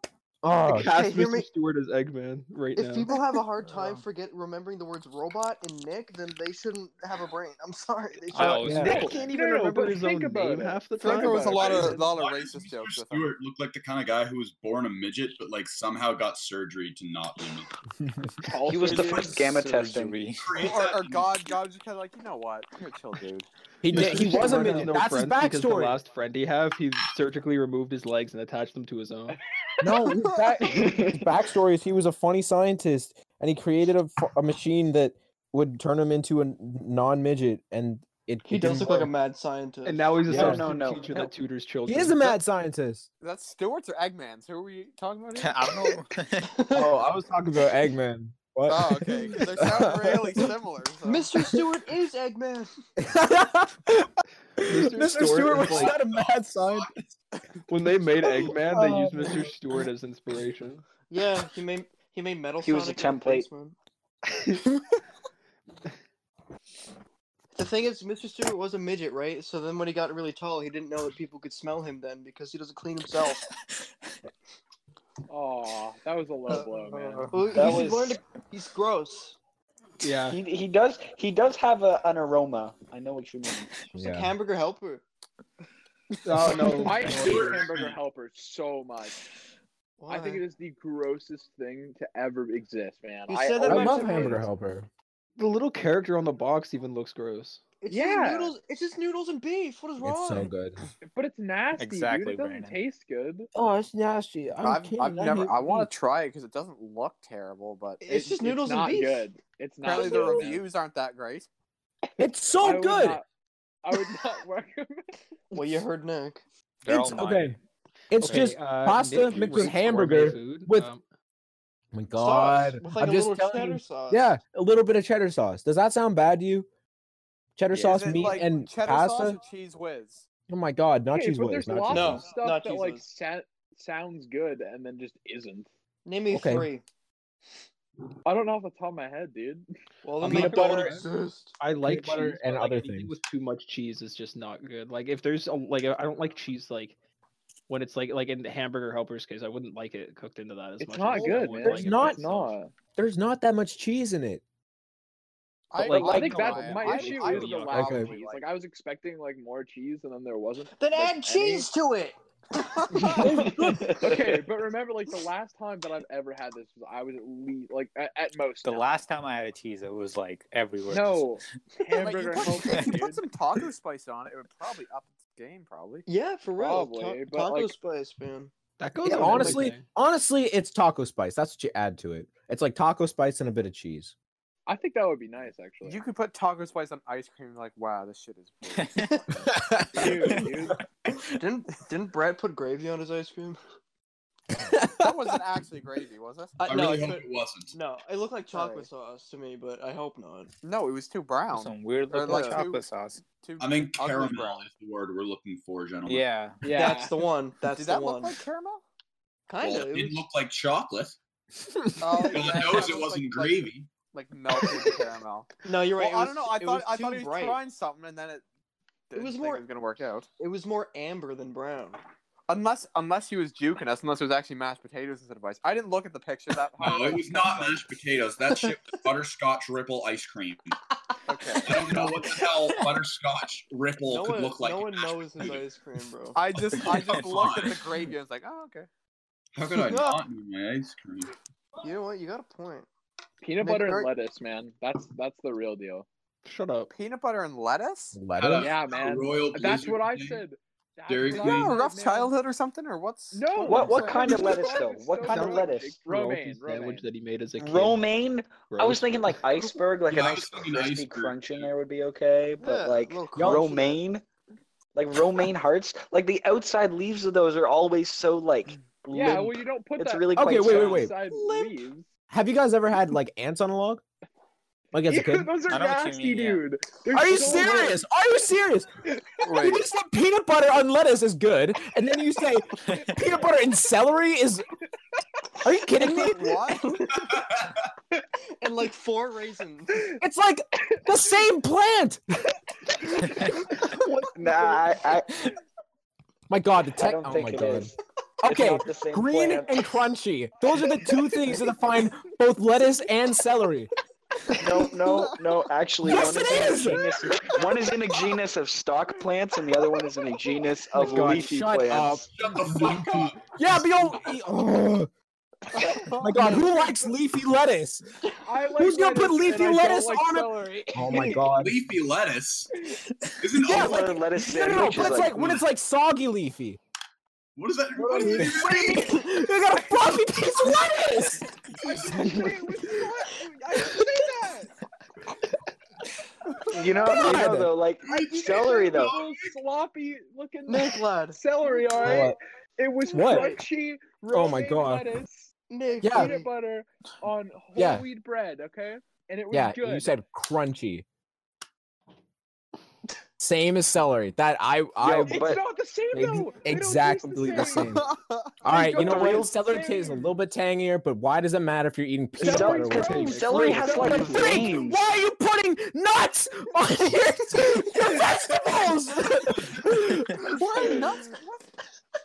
D: Oh,
G: Cast
C: hear
G: Mr.
C: me-
G: Stewart as Eggman right
C: If
G: now.
C: people have a hard time forget remembering the words robot and Nick, then they shouldn't have a brain. I'm sorry. They should.
I: I always
D: yeah.
I: forget.
G: Nick can't even
F: No, no,
G: remember
F: but
G: his own
F: think about
G: name
F: it.
G: half the
A: I think
G: time.
A: there was a lot
J: Why
A: of
J: does-
A: lot of
J: why does
A: racist
J: Mr.
A: jokes with him.
J: Stewart looked like the kind of guy who was born a midget, but like somehow got surgery to not be. a midget.
E: he was the first gamma testing.
I: Surgery.
J: Create
A: Or,
J: that
A: or God, God was just kind of like, you know what? You're a chill dude.
D: He did. He
G: Mr.
D: was a
G: Stewart has
D: midget.
G: no
D: That's his
G: friends because The
D: backstory.
G: last friend he have, he surgically removed his legs and attached them to his own.
D: No, his, back, his backstory is he was a funny scientist, and he created a, fu- a machine that would turn him into a non midget, and it.
C: he
D: it
C: does
D: didn't
C: look like a
D: work.
C: mad scientist.
G: And now he's a
E: No,
G: substitute
E: no, no.
G: teacher that tutors children.
D: He is a mad scientist.
A: That's Stewart's or Eggman's? Who are we talking about here?
I: I don't know.
D: Oh, I was talking about Eggman. What?
A: Oh, okay. 'cause They sound really similar. So.
C: Mr. Stewart is Eggman.
D: Mr.
G: Mr. Stewart
D: Stewart
G: was
D: was
G: like-
D: not a mad scientist.
G: When they made Eggman, they
D: Oh,
G: used Mr. Stewart as inspiration.
C: Yeah, he made he made metal.
E: He was a
C: Sonic and
E: template.
C: Policeman. The thing is, Mr. Stewart was a midget, right? So then when he got really tall, he didn't know that people could smell him then because he doesn't clean himself.
F: Aw, that was a low blow, man.
C: Well,
E: That
C: he's,
E: was-
C: learned to- he's gross.
G: Yeah.
E: He, he does he does have a, an aroma. I know what you mean.
C: He's like hamburger helper.
G: Oh no.
C: uh,
F: I hate hamburger helper so much.
C: Why?
F: I think it is the grossest thing to ever exist, man.
C: You
F: I
C: said that
D: I
F: always-
C: about
D: love
C: Hamburger
D: Hamburger
C: Helper.
D: Helper.
G: the little character on the box even looks gross.
C: It's
F: Yeah.
C: just noodles. It's just noodles and beef. What is wrong?
D: It's so good.
F: but it's nasty, dude.
I: Exactly,
F: It doesn't
I: Brandon.
F: taste good.
D: Oh, it's nasty.
A: I've, I've never. I want to try it because it doesn't look terrible, but
C: It's just noodles and
F: not
C: beef.
F: good. It's not
A: apparently the
F: good, man.
A: reviews aren't that great.
D: It's
F: I
D: so
F: would
D: Oh, good.
F: not- I would not recommend.
C: Well, you heard Nick.
I: They're all
D: It's
I: mine.
D: okay. It's
G: Okay,
D: just.
G: uh,
D: pasta
G: Nick, you
D: mixed with
G: rate gourmet
D: hamburger
G: food?
D: with-
G: Um,
D: Oh my
C: Sauce,
D: god.
C: with like
D: I'm
C: a
D: just
C: little
D: telling
C: cheddar
D: you.
C: sauce.
D: Yeah, a little bit of cheddar sauce. Does that sound bad to you? Cheddar
I: Yeah.
D: sauce,
A: Is it
D: meat,
A: like
D: and
A: cheddar sauce
D: pasta.
A: or cheese whiz?
D: Oh my god, not
F: Okay,
D: cheese
F: but
D: whiz.
F: there's
D: Not
F: lots
D: cheese
C: No,
F: of
D: whiz.
F: stuff
C: not
F: that
C: cheese
F: like
C: whiz.
F: sa- sounds good and then just isn't.
C: Name me
D: Okay.
C: three.
F: I don't know off the top of my head, dude.
C: Well, then
D: Peanut
C: they don't
D: butter.
C: exist.
G: I like
D: peanut butter
G: cheese,
D: and
G: but, like,
D: other
G: anything
D: things.
G: With too much cheese is just not good. Like if there's a, like I don't like cheese like when it's like like in the hamburger helper's case, I wouldn't like it cooked into that as
F: It's
G: much.
F: not
G: as I
F: good,
G: would
F: man.
D: There's
G: it
F: It's
G: for
D: not-
G: itself.
F: not.
D: There's not that much cheese in it.
F: I,
D: like,
F: I think
D: come
F: that
D: on.
F: my
D: I-
F: issue
D: I
F: is
D: would
F: the
D: like
F: lack
D: okay.
F: of cheese. Like I was expecting like more cheese, and then there wasn't.
C: Then
F: Like,
C: add
F: any-
C: cheese to it.
F: okay, but remember, like the last time that I've ever had this was I was at least like at, at most.
I: The last time I had a cheese, it was like everywhere.
F: No,
A: Like, you
F: hamburger
A: put-
F: helper,
A: if you
F: dude.
A: put some taco spice on it, it would probably up its game. Probably.
C: Yeah, for real.
F: Probably,
C: Ta-
F: but,
C: taco
F: like-
C: spice, man.
G: That
D: Yeah,
G: goes on
D: honestly,
G: everything.
D: honestly, it's taco spice. That's what you add to it. It's like taco spice and a bit of cheese.
F: I think that would be nice actually.
A: You could put taco spice on ice cream. and Like, wow, this shit is. big."
F: Dude, dude.
C: Didn't didn't Brad put gravy on his ice cream?
A: that wasn't actually gravy, was it?
C: Uh,
J: I really hope it wasn't.
C: no, it looked like
A: chocolate
C: chocolate sauce to me, but I hope not.
A: No, it was too brown.
I: Some weird
A: Or
I: looking
A: like
I: chocolate
A: two-
I: sauce.
A: Too
J: I think
A: ugly
J: caramel
A: brown.
J: is the word we're looking for, gentlemen.
I: Yeah.
F: Yeah,
C: That's the one. That's
A: Did
C: the
A: that
C: one.
A: look like caramel?
J: Well,
C: kind of.
J: it didn't look like chocolate.
A: Oh,
J: Well,
A: yeah,
J: it knows
A: that
J: it
A: looked
J: wasn't
A: like-
J: gravy.
A: Like, like melted caramel.
C: No, you're right.
A: Well,
C: it
A: I
C: was-
A: don't know. I
C: it
A: thought I
C: too
A: thought he was
C: bright.
A: trying something, and then it.
C: It
A: didn't
C: was
A: think
C: more-
A: it was gonna work out.
C: It was more amber than brown.
A: Unless unless he was juking us, unless it was actually mashed potatoes instead of ice. I didn't look at the picture that hard.
J: No, it was not mashed potatoes. That shit was butterscotch ripple ice cream.
A: Okay.
J: I don't know what the hell butterscotch ripple
C: No
J: could
C: one,
J: look like.
C: no
J: in
C: one
J: mashed
C: knows his
J: potatoes.
C: ice cream, bro.
A: I just I
J: Come
A: just looked at
J: on.
A: the gravy and was like, oh okay.
J: How could I not do my ice cream?
C: You know what? You got a point.
F: peanut
C: Nick
F: butter and
C: Hart-
F: lettuce, man. That's that's the real deal.
G: Shut up.
A: Peanut butter and lettuce.
D: Lettuce.
J: Uh,
F: yeah, man.
J: Royal
F: That's
J: Blizzard
F: what I
J: thing.
F: said. That's
J: Dairy
F: what
A: Is that
F: I
J: Queen.
A: a
F: said,
A: rough
F: man.
A: childhood or something, or what's
F: No.
E: What- what
F: it's-
E: kind of
F: it's
E: lettuce,
F: so-
E: though?
F: it's
E: What
F: so
E: kind of
F: good.
E: lettuce?
F: Romaine,
G: Romaine
F: romaine.
G: sandwich that he made as a kid.
E: Romaine? I was thinking like iceberg, like
J: Yeah,
E: a
J: I
E: nice
J: was thinking
E: crispy
J: iceberg,
E: crunch in
J: yeah.
E: there would be okay, but
C: Yeah, a
E: like
C: little crunch in
E: romaine, like romaine hearts, like the outside leaves of those are always so like
F: Yeah,
E: limp.
F: well, you don't put
E: It's
F: that.
E: really
D: Okay,
E: quite
D: wait, wait, wait.
F: outside
C: Limp.
F: leaves.
D: Have you guys ever had like ants on a log? Like as a
F: Ew,
D: kid?
F: those
I: I
F: are
I: know what you
F: nasty,
I: mean, yeah.
F: dude. They're
D: Are you
F: so gross.
D: serious? Are you serious? You just said peanut butter on lettuce is good, and then you say peanut butter and celery is. Are you kidding me?
A: What?
C: And like four raisins.
D: It's like the same plant.
E: Nah, I, I,
D: My God, the
E: I
D: tech.
E: don't
D: Oh
E: think
D: my
E: it
D: God.
E: is. It's
D: Okay,
E: not the same
D: green
E: plant.
D: and crunchy. Those are the two things that define both lettuce and celery.
E: No, no, no. Actually,
D: Yes,
E: one,
D: it
E: is in a
D: is!
E: genus, one is in a genus of stock plants, and the other one is in a genus
D: Oh my
E: of
D: God,
E: leafy
D: shut
E: plants.
J: Shut the fuck up.
D: Yeah, but you don't. Ugh. e-, Oh My God, who likes leafy lettuce?
F: I like
D: Who's gonna put
F: lettuce,
D: leafy
F: and I don't
D: lettuce
F: like
D: on a-
F: celery.
D: Oh my God.
J: Leafy lettuce. Isn't
D: Yeah,
J: all
E: Peanut butter
D: like-
E: lettuce
D: No, no, no.
E: sandwich
D: But
E: is
D: it's like when it's like soggy leafy.
J: what is that? What is that?
D: What do you mean? You got a fluffy piece of lettuce.
E: you know, you know
D: God.
E: though, like celery though.
F: Little sloppy looking
C: Nick, lad.
F: celery, all right?
D: What?
F: It was
D: What?
F: crunchy.
D: Oh my
F: romaine
D: God.
F: Lettuce,
C: Nick.
D: Yeah.
C: buddy.
F: peanut butter on whole
D: Yeah.
F: wheat bread, okay? And it was
D: Yeah,
F: good.
D: you said crunchy. Same as celery. That I I.
E: Yo,
F: it's
E: but-
F: not the same
D: Ex-
F: though. They don't taste
D: exactly the same. All right, you know
F: don't
D: what?
F: taste the
D: Celery tastes a
F: same.
D: little bit tangier, but why does it matter if you're eating peanut
E: Celery,
D: butter?
E: because
D: with it?
E: celery has like
D: Frank,
E: veins.
D: why are you putting nuts on your, your vegetables?
A: Why nuts? What?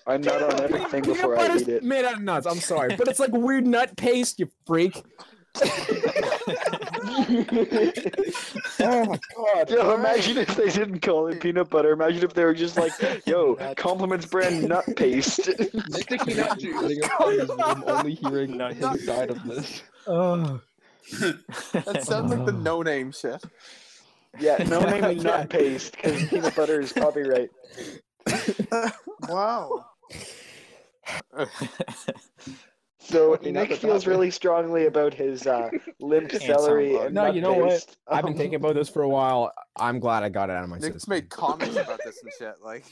E: I'm not on everything
D: Peanut
E: before I
D: butter's
E: eat it.
D: made out of nuts. I'm sorry, but it's like weird nut paste, you freak. Oh my god.
E: Yo, imagine if they didn't call it peanut butter. Imagine if they were just like, "Yo, compliments brand nut paste."
F: Sticky nut juice.
G: Sitting up in his room, only hearing his side of this.
D: Oh.
A: That sounds like the no-name shit.
E: yeah, no name
D: Yeah.
E: is nut paste because peanut butter is copyright.
A: Wow.
E: So
A: Fucking
E: Nick
A: nuts,
E: feels
A: huh?
E: really strongly about his uh, limp
I: Ants
E: celery.
I: on
E: And
D: No,
E: nut
D: you know what?
E: paste.
D: I've been
E: Um,
D: thinking about this for a while. I'm glad I got it out of my
A: Nick's
D: system.
A: made comments about this and shit. Like,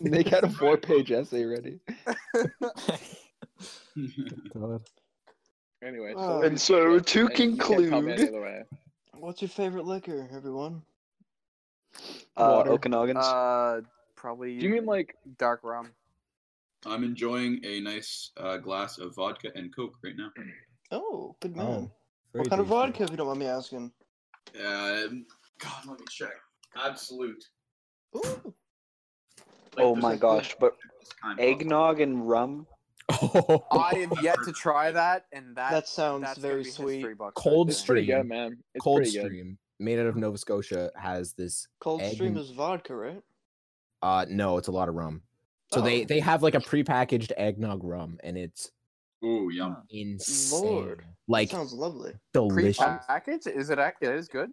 G: Nick had a four-page essay ready.
D: God.
F: Anyway,
C: Oh,
F: celery
E: And
F: is
E: so
F: good,
E: to
F: and you can't tell me
E: conclude-
F: any other way.
C: What's your favorite liquor, everyone?
E: uh,
G: Water.
E: Okanogans.
A: uh, probably.
F: Do you mean like
A: dark rum?
J: I'm enjoying a nice uh, glass of vodka and coke right now.
C: Oh, good man.
D: Oh,
C: what kind of vodka, if you don't mind me asking?
J: Um, God, let me check. Absolute.
C: Ooh.
E: oh
J: there's
E: my
J: a-
E: gosh! But
J: this kind of-
E: eggnog and rum.
F: Oh,
A: I have yet to try that, and that
C: That sounds
A: that's
C: very
A: gonna be
C: sweet.
A: history books right
D: Cold
A: there.
D: Stream,
F: man. It's
D: Cold
F: pretty good.
D: Stream, made out of Nova Scotia, has this.
C: Cold
D: egg
C: stream
D: and-
C: is vodka, right?
D: Uh, no, it's a lot of rum. So they
C: Oh.
D: they have like a prepackaged eggnog rum, and it's
J: Ooh, yum.
D: insane.
C: Lord,
D: Like
C: sounds lovely.
D: delicious.
A: Pre-packaged? Is it? ac- It is good.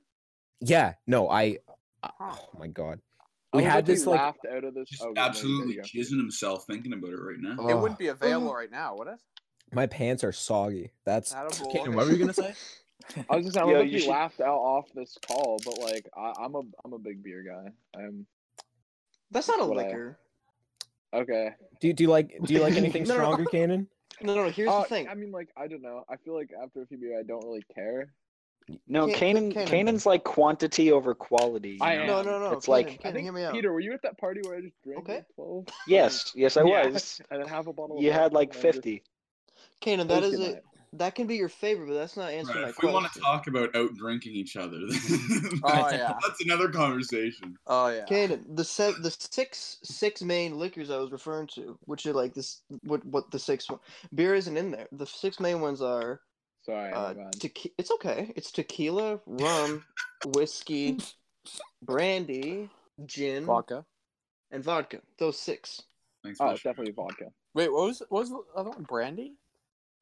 D: yeah. No, I. I- Oh my god.
F: I
D: We
F: was
D: had
F: actually
D: this like.
F: laughed out of this.
J: Just
F: oh, wait, no, you
J: absolutely
F: gotta
J: jizzing himself thinking about it right now.
D: Oh.
A: It wouldn't be available
C: Oh.
A: right now, would it?
D: My pants are soggy. That's
A: Attaboy.
D: Kaden, what were you gonna say?
F: go. I was just saying, I
E: Yo, you
F: was actually
E: should-
F: laughed out off this call, but like, I, I'm a I'm a big beer guy. I'm
C: That's not a
F: What I-
C: liquor.
F: okay.
D: Do you, do you like do you like anything
C: No, no.
D: stronger, Cannon?
C: No, no. Here's
F: Uh,
C: the thing.
F: I mean, like, I don't know. I feel like after a few beer, I don't really care.
E: No,
C: Can-
E: Kanan,
C: Kanan.
E: Kanan's like quantity over quality. you
F: I
E: know?
F: am.
C: no, no, no.
E: It's like-
C: Kaden,
F: I
C: Kaden,
F: think
C: hear me out.
F: Peter, were you at that party where I just drank
C: Okay.
F: like twelve?
E: Yes, yes, I
F: Yeah.
E: was.
F: And then half a bottle. of
E: You
F: wine,
E: had like
F: and then just-
E: fifty.
C: Kanan, that
F: It was
C: is
F: good
C: it. That can be your favorite, but that's not answering
J: Right,
C: my
J: if we
C: question.
J: want to talk about out drinking each other, then
A: Oh, yeah.
J: that's another conversation.
A: Oh yeah.
C: Kanan, the se- the six six main liquors I was referring to, which are like this, what what the six one beer isn't in there. The six main ones are
F: Sorry,
C: uh,
F: my bad.
C: tequi- It's okay. It's tequila, rum, whiskey, brandy, gin,
A: Vodka.
C: and vodka. Those six.
J: Thanks,
F: Oh,
J: oh,
F: it's definitely vodka.
A: Wait, what was what was the other one? Brandy.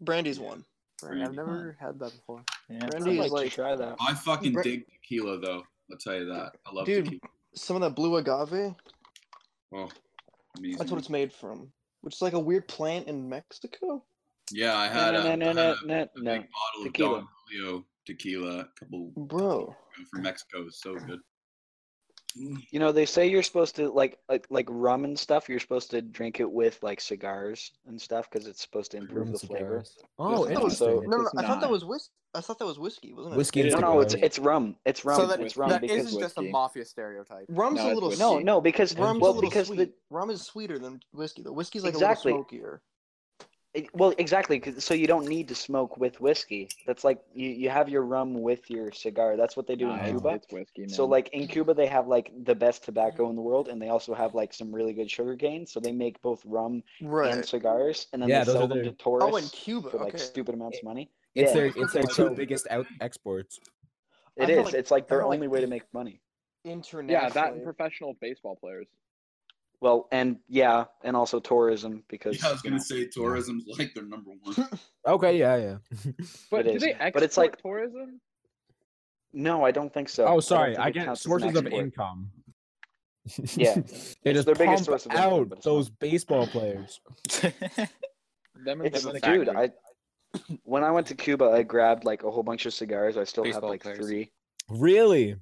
C: Brandy's one.
A: Brandy. I've never had that before.
I: Yeah.
C: Brandy is
E: I'd like
C: like
E: to try that.
J: I fucking
C: Bra-
J: dig tequila though. I'll tell you that. I love
C: Dude.
J: tequila.
C: some of that blue agave.
J: Oh, amazing.
C: That's what it's made from, which is like a weird plant in Mexico.
J: yeah, I had
E: No,
J: a,
E: no, no,
J: I had
E: no,
J: a-
E: no,
J: a
E: no.
J: big bottle
E: Tequila.
J: of Don Julio tequila a couple
C: Bro,
J: from Mexico. It was so good.
E: You know, they say you're supposed to like like like rum and stuff. You're supposed to drink it with like cigars and stuff because it's supposed to improve
D: Rum
E: the flavor.
D: cigars. Oh,
E: This is also-
D: interesting.
C: no, no,
F: It's
C: I thought that
F: not.
C: was whiskey. I thought that was whiskey, wasn't it?
D: Whiskey and
E: No,
F: It's
E: no, it's
D: cigars.
E: it's rum. It's rum.
A: So that,
E: it's rum
A: that
E: because
A: isn't just a
F: whiskey.
A: mafia stereotype.
C: Rum's
F: No,
C: a
F: it's
C: little
F: whiskey.
E: no,
C: sweet.
E: no because
C: Rum's a
E: well
C: little
E: because
C: sweet.
E: the
C: Rum is sweeter than whiskey, though. Whiskey's like
E: Exactly.
C: a little smokier.
E: it- well exactly 'cause- so you don't need to smoke with whiskey. That's like you you have your rum with your cigar. That's what they do
F: Nah,
E: in
F: it's-
E: Cuba.
F: It's whiskey, man.
E: So like in Cuba they have like the best tobacco in the world and they also have like some really good sugar cane. So they make both rum and
C: Right.
E: cigars and then
D: Yeah,
E: they
D: those
E: sell
D: are
E: them
D: their-
E: to tourists
C: Oh, in Cuba.
E: for like
C: okay.
E: stupid amounts of money.
D: It's
E: yeah.
D: their it's their
C: So-
D: two biggest out exports.
E: It
C: I feel
E: is.
C: like-
E: it's like
C: I
E: their
C: feel like-
E: only way to make money.
C: International.
F: yeah, that and professional baseball players.
E: Well, and yeah, and also tourism because
J: Yeah, I was
E: you
J: gonna
E: know.
J: say tourism's like their number one.
D: Okay, yeah, yeah.
F: But
E: It
F: do
E: is.
F: they export
E: But it's like-
F: tourism?
E: no, I don't think so.
D: Oh,
E: don't
D: sorry,
E: think
D: I
E: it
D: get
E: counts as an
D: sources of
E: export.
D: income.
E: Yeah.
D: they
E: It's
D: just
E: their
D: pump
E: biggest source of income,
D: out
E: but it's not.
D: those baseball players.
F: Them and
E: It's
F: them and the
E: dude,
F: factory.
E: I when I went to Cuba, I grabbed like a whole bunch of cigars. I still
A: Baseball
E: have like
A: players.
E: three.
D: Really?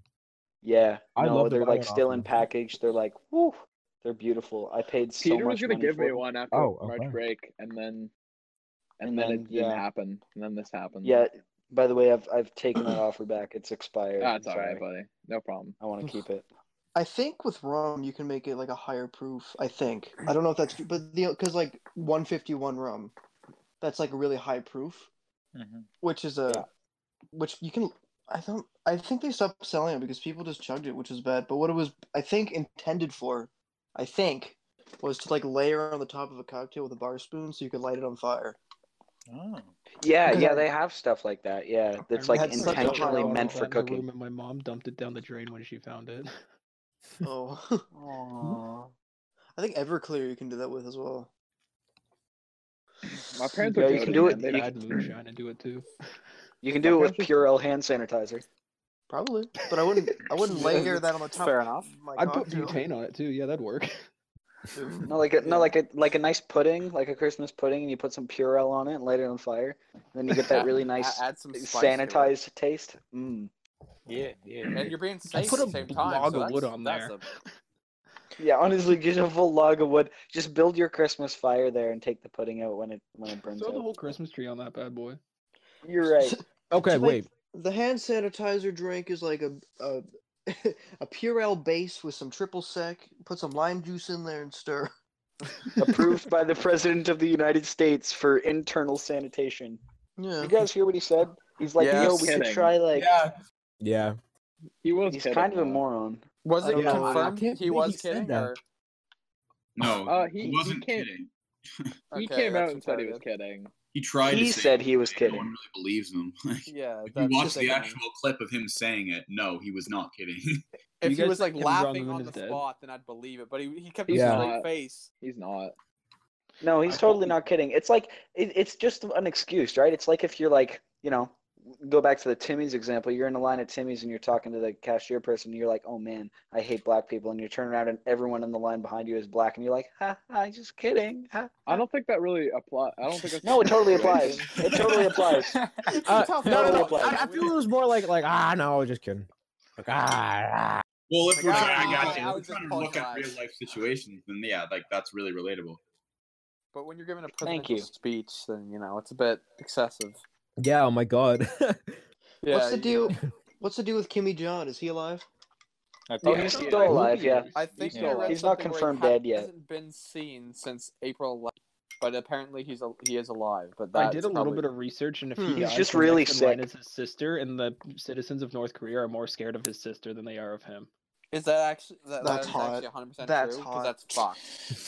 E: Yeah,
D: I'd
E: no,
D: love to
E: they're
D: buy
E: like
D: one off
E: still
D: you.
E: in package. They're like, woo, they're beautiful. I paid so
F: Peter
E: much
F: was gonna
E: money
F: give
E: for
F: me
E: them.
F: one after
D: Oh, okay.
F: March break, and then and,
E: And
F: then,
E: then,
F: it didn't
E: yeah.
F: happen, and then this happened.
E: Yeah. By the way, I've I've taken that offer back. It's expired.
F: that's
E: I'm
F: Ah, all right,
E: sorry.
F: buddy. No problem.
E: I want to keep it.
C: I think with rum you can make it like a higher proof. I think. I don't know if that's true, but the because like 151 rum, that's like a really high proof,
I: Mhm.
C: which is a, which you can. I don't. I think they stopped selling it because people just chugged it, which is bad. But what it was, I think, intended for, I think, was to like layer on the top of a cocktail with a bar spoon so you could light it on fire.
I: Oh.
E: Yeah,
C: Because
E: yeah,
C: I-
E: they have stuff like that. Yeah, that's
G: I
E: like
G: had such a high
E: intentionally
G: bottle
E: meant
G: of
E: for
G: that in the room
E: cooking.
G: And my mom dumped it down the drain when she found it.
C: Oh. I think Everclear you can do that with as well.
F: My parents
E: Yeah,
F: are
E: you
F: goated,
E: can do
F: man.
E: it.
F: They
E: You
F: don't-
G: Add moonshine and do it too.
E: You can do it with Purell hand sanitizer.
C: Probably, but I wouldn't. I wouldn't
A: Yeah,
C: layer that on the
A: that's
C: top.
A: fair
C: of
A: enough.
C: my
G: I'd put
C: cocktail.
G: butane on it too. Yeah, that'd work.
E: No, like a no, like a like a nice pudding, like a Christmas pudding, and you put some Purell on it and light it on fire. And then you get that really nice
A: A- add some spice to it.
E: sanitized taste. Mm.
I: Yeah, yeah.
A: And you're being safe
G: put
A: at
G: a
A: the same
G: big
A: time.
G: log
A: so
G: of wood
A: that's-
G: on
A: that's
G: there.
A: a-
E: Yeah, honestly, get a full log of wood. Just build your Christmas fire there and take the pudding out when it when it burns
G: Throw the
E: out.
G: whole Christmas tree on that bad boy.
E: You're right.
D: Okay,
C: Just
D: wait.
C: like- The hand sanitizer drink is like a a, a Purell base with some triple sec. Put some lime juice in there and stir.
E: Approved by the President of the United States for internal sanitation.
C: Yeah.
E: You guys hear what he said? He's like,
A: Yeah,
E: yo, we
F: kidding.
E: could try like.
J: yeah,
D: Yeah.
F: He was
E: He's
F: kidding,
E: kind of a
F: though.
E: moron.
A: Was
C: I
A: it
C: don't know. I
A: confirmed
D: can't
A: he
D: believe
A: was
D: he said
A: kidding?
D: that.
A: Or...
J: no,
F: Uh,
J: he,
F: he- he
J: wasn't
F: can't-
J: kidding.
F: He
A: Okay,
F: came out
A: that's
F: and said he was
A: retarded.
F: kidding.
J: He tried.
E: He
J: to say
E: said
J: it,
E: he was
J: but no one
E: kidding.
J: really believes him. Like,
A: Yeah,
J: if you
A: that's
J: watch the
A: sickening.
J: actual clip of him saying it, no, he was not kidding.
A: If
G: You
A: he
G: guys
A: was like
G: think Kim
A: laughing
G: Jong-un
A: on
G: is
A: the
G: dead?
A: spot, then I'd believe it. But he, he kept a
D: He's
A: straight
F: not.
A: face.
F: He's not.
E: No, he's
J: I
E: totally
J: hope-
E: not kidding. It's like it, it's just an excuse, right? It's like if you're like, you know, go back to the Timmy's example. You're in a line at Timmy's and you're talking to the cashier person. And you're like, oh man, I hate black people, and you turn around and everyone in the line behind you is black, and you're like, ha, ha just kidding. Ha.
F: I don't think that really applies. I don't think that's
E: No, it totally applies. It totally applies.
I: Oh,
D: Uh,
E: tough
D: no,
E: photo
D: no,
E: of
D: no. I, I feel it was more like like ah no, just kidding. Like ah, ah.
J: well, if we're
A: Like,
J: trying, I
A: I-
J: got you.
A: I was
J: If we're
A: just
J: trying to look at
A: punchlines.
J: real life situations, then yeah, like that's really relatable.
A: But when you're giving a
E: Thank
A: presidential
E: you.
A: speech, then you know it's a bit excessive.
D: yeah. Oh my god.
A: Yeah,
C: What's the
A: you-
C: deal? What's the deal with Kimmy John? Is he alive?
I: I
E: Oh,
I: think-
E: he's still alive. Yeah.
A: I think
I: Yeah.
A: I read
E: He's not
A: something where he
E: confirmed
A: ha-
E: dead yet.
A: Hasn't been seen since April 11th, but apparently he's al- he is alive. But
G: I
A: that's
G: did a little
A: probably-
G: bit of research, and if
C: Hmm.
G: he
C: He's
G: dies,
E: just
G: the
E: really
G: next in line
E: sick.
G: is his sister, and the citizens of North Korea are more scared of his sister than they are of him.
A: Is that actually that,
C: That's
A: that's
C: hot.
A: actually 100 percent
C: That's
A: true?
C: hot.
A: Because that's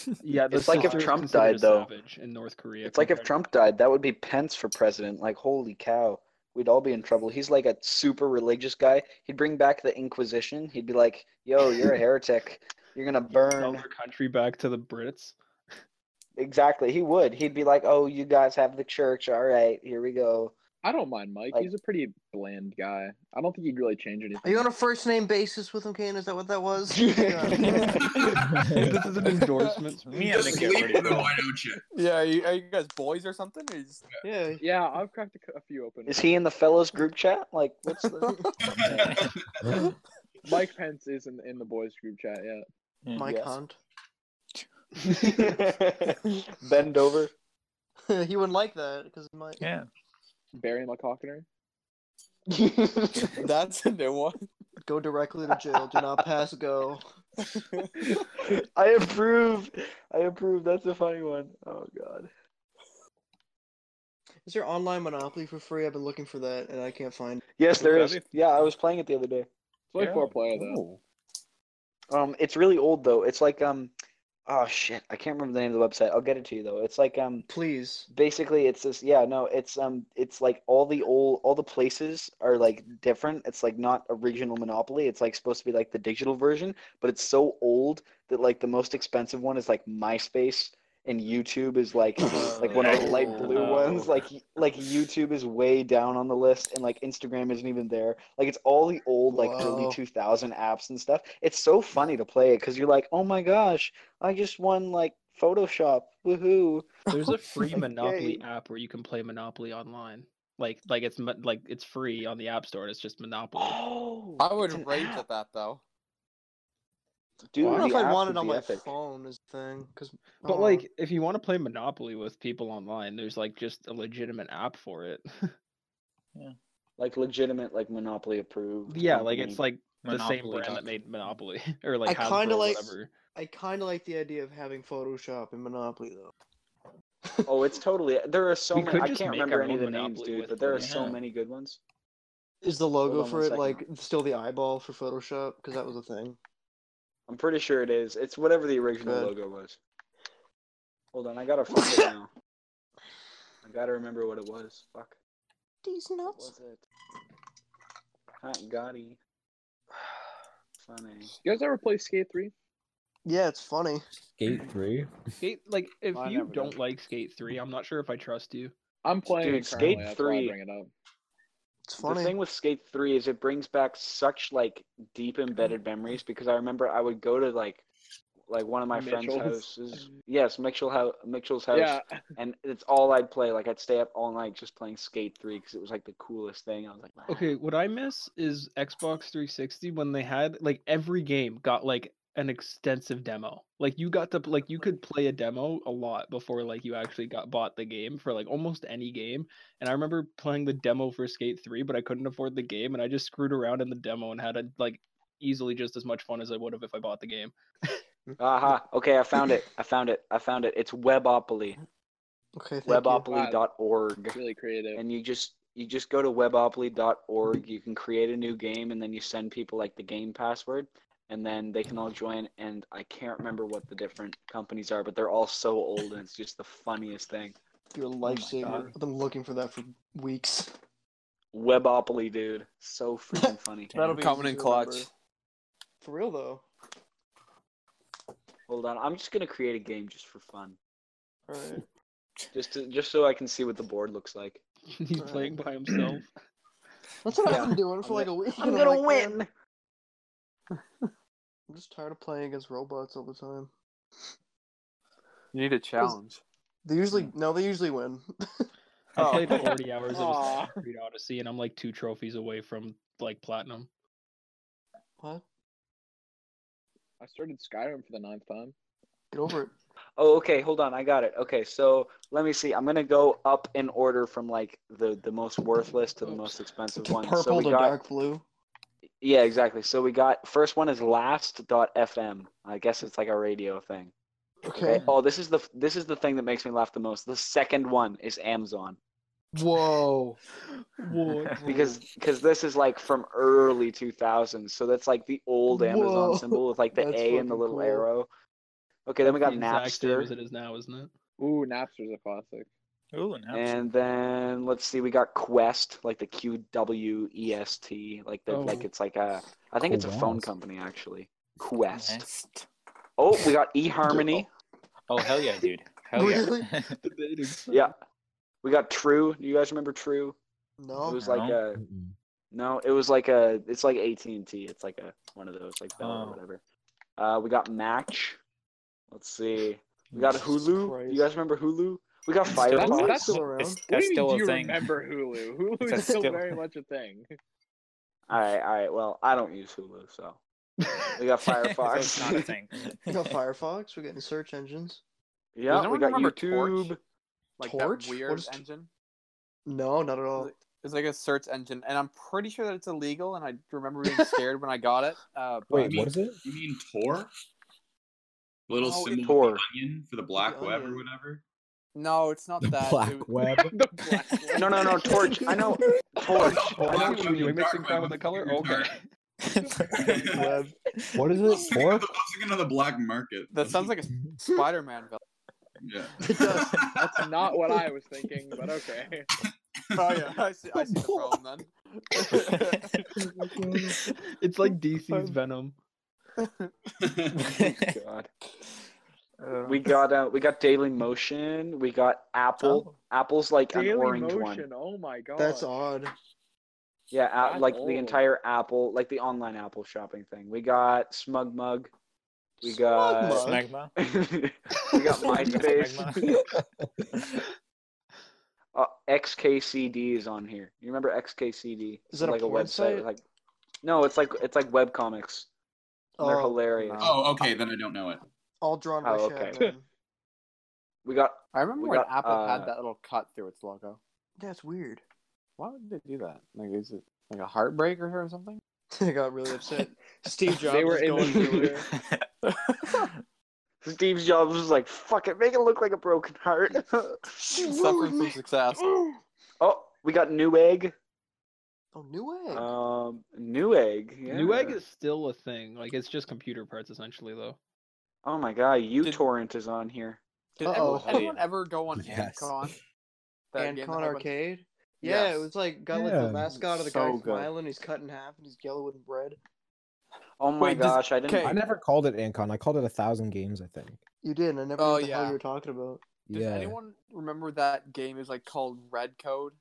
A: fucked.
G: Yeah, the
E: It's like if
G: sister is
E: Trump
G: considered
E: died,
G: a
E: though.
G: savage in North Korea.
E: It's like if
G: compared to-
E: Trump died, that would be Pence for president. Like, holy cow, we'd all be in trouble. He's like a super religious guy. He'd bring back the Inquisition. He'd be like, "Yo, you're a heretic. You're gonna
G: sell
E: burn."
G: their country back to the Brits.
E: Exactly. He would. He'd be like, "Oh, you guys have the church. All right, here we go."
F: I don't mind Mike.
E: Like-
F: He's a pretty bland guy. I don't think he'd really change anything.
C: Are you on a first name basis with him, Kane? Is that what that was?
G: this is an endorsement.
I: Me and
J: Just
I: Nick
J: leave
I: are pretty
J: him, though.
I: cool.
J: Why don't you?
A: Yeah, are you, are you guys boys or something? He's-
C: yeah.
F: Yeah, I've cracked a, c- a few open.
E: Is he in the fellows group chat? Like, what's the?
F: Mike Pence is in, in the boys group chat. Yeah,
C: Mike
A: Yes.
C: Hunt.
E: Bend over.
C: he wouldn't like that because Mike.
I: Yeah.
F: Barry McCockner.
A: That's a new one.
C: Go directly to jail. Do not pass go.
E: I approve. I approve. That's a funny one. Oh God.
C: Is there online Monopoly for free? I've been looking for that and I can't find. it.
E: Yes, there
I: Really?
E: is. Yeah, I was playing it the other day.
F: It's only
I: Yeah.
F: four player though.
E: Um, it's really old though. It's like um, oh shit, I can't remember the name of the website. I'll get it to you though. It's like um,
C: Please.
E: basically it's this. Yeah, no, it's um, it's like all the old, all the places are like different. It's like not original Monopoly. It's like supposed to be like the digital version, but it's so old that like the most expensive one is like MySpace. And YouTube is like like one of the light blue
I: Oh.
E: ones. Like like YouTube is way down on the list, and like Instagram isn't even there. Like it's all the old like early
C: Wow.
E: two thousand apps and stuff. It's so funny to play it because you're like, oh my gosh, I just won like Photoshop, woohoo!
G: There's a free Monopoly
E: Yay.
G: app where you can play Monopoly online. Like, like it's mo- like it's free on the App Store. and It's just Monopoly.
E: Oh,
A: I would
E: it's an
A: rage
E: app.
A: at that though.
E: Dude,
C: I don't know
E: the
C: if I
E: app
C: want
E: would
C: it on
E: be
C: my
E: epic.
C: phone. Is the thing uh, because.
G: But like, if you want to play Monopoly with people online, there's like just a legitimate app for it.
E: like legitimate, like Monopoly approved.
G: yeah, like it's
E: company.
G: like the same brand that
I: dot-
G: made Monopoly or like
C: I
G: Hasbro
C: kinda
G: or
C: like-
G: whatever.
C: I kind of like the idea of having Photoshop in Monopoly though.
E: Oh, it's totally. There are so
G: We
E: many.
G: could
E: I
G: just
E: can't
G: make
E: remember
G: our
E: any of
G: own
E: the names,
G: Monopoly
E: dude.
G: with
E: But there are
I: it.
E: so
I: Yeah.
E: many good ones.
C: Is the logo
E: Hold on
C: for
E: one
C: it
E: second.
C: like still the eyeball for Photoshop? Because that was a thing.
E: I'm pretty sure it is. It's whatever the original
C: Good.
E: logo was. Hold on, I gotta find it now. I gotta remember what it was. Fuck.
C: These
E: What
C: nuts.
E: was it? Hot Gotti. Funny.
F: You guys ever play Skate Three?
C: Yeah, it's funny.
D: Skate three.
G: Skate like if
F: I
G: you
F: never did.
G: don't like Skate Three, I'm not sure if I trust you.
F: I'm playing
E: Dude,
F: it currently.
E: Skate
F: that's why I
E: 3.
F: bring it up.
C: It's funny.
E: The thing with Skate 3 is it brings back such like deep embedded memories because I remember I would go to like like one of my friends'
F: Mitchell's.
E: houses. Yes, Mitchell house, Mitchell's house,
F: Yeah,
E: and it's all I'd play. Like I'd stay up all night just playing Skate 3 because it was like the coolest thing. I was like, "Wow."
G: Okay, what I miss is Xbox 360 when they had like every game got like an extensive demo. Like you got to like you could play a demo a lot before like you actually got bought the game for like almost any game. And I remember playing the demo for Skate 3, but I couldn't afford the game and I just screwed around in the demo and had a, like easily just as much fun as I would have if I bought the game.
E: Aha. Okay, I found it. I found it. I found it. It's Webopoly.
C: Okay, thank you.
E: Webopoly.org.
F: really creative.
E: and you just you just go to webopoly.org you can create a new game and then you send people like the game password and then they can all join. And I can't remember what the different companies are, but they're all so old, and it's just the funniest thing.
C: You're a lifesaver. I've been looking for that for weeks.
E: Webopoly, dude, so freaking funny.
C: That'll be
A: Common
C: easy
A: and
C: to
A: clutch.
C: remember. For real though.
E: Hold on, I'm just gonna create a game just for fun,
C: All right.
E: just to, just so I can see what the board looks like.
G: He's playing by himself.
C: That's what
E: Yeah.
C: I've been doing for
E: I'm
C: like
E: go-
C: a week.
E: I'm
C: and
E: gonna
C: like, man,
E: win.
C: I'm just tired of playing against robots all the time.
A: You need a challenge.
C: They usually no, they usually win.
G: I played
A: Oh.
G: 40 hours of
A: Aw.
G: Assassin's Creed Odyssey, and I'm like two trophies away from like platinum.
C: what?
F: I started Skyrim for the ninth time.
C: Get over it.
E: Oh, okay. Hold on. I got it. Okay, so let me see. I'm gonna go up in order from like the the most worthless to the most expensive one.
C: Purple
E: so we
C: to
E: got
C: dark blue.
E: yeah, exactly. So we got first one is last.fm. I guess it's like a radio thing.
C: Okay.
E: Oh, this is the this is the thing that makes me laugh the most. The second one is Amazon
C: Whoa.
G: What?
E: because because this is like from early 2000s. So that's like the old Amazon
C: Whoa.
E: symbol with like the
C: That's
E: A and the
C: fucking
E: little
C: cool.
E: arrow. Okay, then we got
G: exact same as
E: Napster.
G: it is now, isn't it?
F: Ooh, Napster's a classic.
I: Ooh, now
E: And then let's see, we got Quest, like the Q W E S T, like the like
G: Oh.
E: it's like a I think it's a phone
D: Quest.
E: company actually. Quest.
I: Next.
E: Oh, we got eHarmony.
I: Oh hell yeah, dude! Hell
C: Really?
I: yeah.
G: The dating site.
E: Yeah. We got True. Do you guys remember True? It
C: No.
E: was like a no, it was like a it's like AT and T. It's like a one of those like Bell
I: Oh.
E: or whatever. Uh, we got Match. Let's see. We got Hulu. You guys remember Hulu? We got
I: Still-
E: Firefox.
F: That's-
C: That's still around.
I: It's-
F: What do
I: that's
F: you mean,
I: still
F: do
I: a
F: you
I: thing.
F: remember Hulu? Hulu
I: That's
F: is still
I: still-
F: very much a thing.
E: All right, all right. Well, I don't use Hulu, so we got
I: so
E: Firefox.
I: it's not a thing.
C: We got Firefox. We're getting search engines.
E: Yeah,
A: Does anyone
E: we got
A: remember
E: YouTube.
A: Torch? Like
C: Torch?
A: that weird
C: What is t-
A: engine.
C: No, not at all.
A: It's like a search engine, and I'm pretty sure that it's illegal. And I remember being scared when I got it. Uh, but-
D: Wait, what is it?
J: You mean Tor? Little
E: Oh,
J: symbol
E: Tor.
J: with the onion for the black
C: The
J: web or
C: onion.
J: whatever.
A: no, it's not that. It
D: Black
A: was-
D: web.
F: the black one.
E: No, no, no. Torch. I know Torch.
G: I know what you
J: Black
G: mean. You're
J: web,
G: mixing
J: dark
G: crime with
J: web,
G: the color.
J: obscure
G: Okay.
J: dark.
C: Web.
D: What is
J: I was
D: it?
J: thinking
D: Pork?
J: of the- I was thinking of the black market.
A: that sounds like a Spider-Man villain.
J: yeah.
F: That's not what I was thinking, but okay.
A: Oh yeah, I see, I see the problem
G: It's like DC's Venom.
E: Oh God.
A: then.
E: We got uh, we got Daily Motion. We got
C: Oh.
E: Apple. Apple's like an
F: Daily
E: orange
F: Motion.
E: one.
F: Oh my god.
C: That's odd.
E: Yeah, a-
F: That's
E: like
F: old.
E: the entire Apple, like the online Apple shopping thing. We got Smug Mug. We got
I: Smegma.
E: we got MySpace. Uh, XKCD is on here. You remember XKCD?
C: Is that a
E: like
C: porn
E: website?
C: site?
E: Like, no, it's like it's like web comics. They're
C: Oh,
E: hilarious.
A: no.
J: Oh, okay. Then I don't know it.
C: all drawn by
E: Oh, okay.
C: Shadman.
E: We got
A: I remember
E: We
A: when
E: got,
A: Apple
E: uh,
A: had that little cut through its logo.
C: That's weird.
A: Why would they do that? Like, is it like a heartbreaker or something?
C: I got really upset. Steve Jobs.
F: They were
C: is
F: in
C: going
F: the
C: through it.
F: theater.
E: Steve Jobs was like, "Fuck it, make it look like a broken heart."
A: Suffering from success.
E: oh, we got Newegg.
C: Oh, New Egg.
E: Um, Newegg. Yeah.
G: Newegg is still a thing. Like it's just computer parts essentially, though.
E: Oh my god,
A: Did-
E: uTorrent is on here.
A: Did
C: Uh-oh.
A: anyone, anyone ever go on
D: Yes.
A: Ancon? That
C: and
A: game
C: Con
A: that had a bunch-
C: Arcade. Yeah,
A: Yes.
C: it was like got like the
D: Yeah.
C: mascot of the
A: So
C: guy
A: good.
C: from Island. He's cut in half and he's yellow and red.
E: Oh my
A: Wait, does-
E: gosh, I didn't.
A: okay.
D: I never called it Ancon. I called it a thousand games. I think.
C: You did. and I never
A: Oh,
C: knew what the hell
A: yeah.
C: you were talking about.
A: Does
D: yeah.
A: anyone remember that game is like called Red Code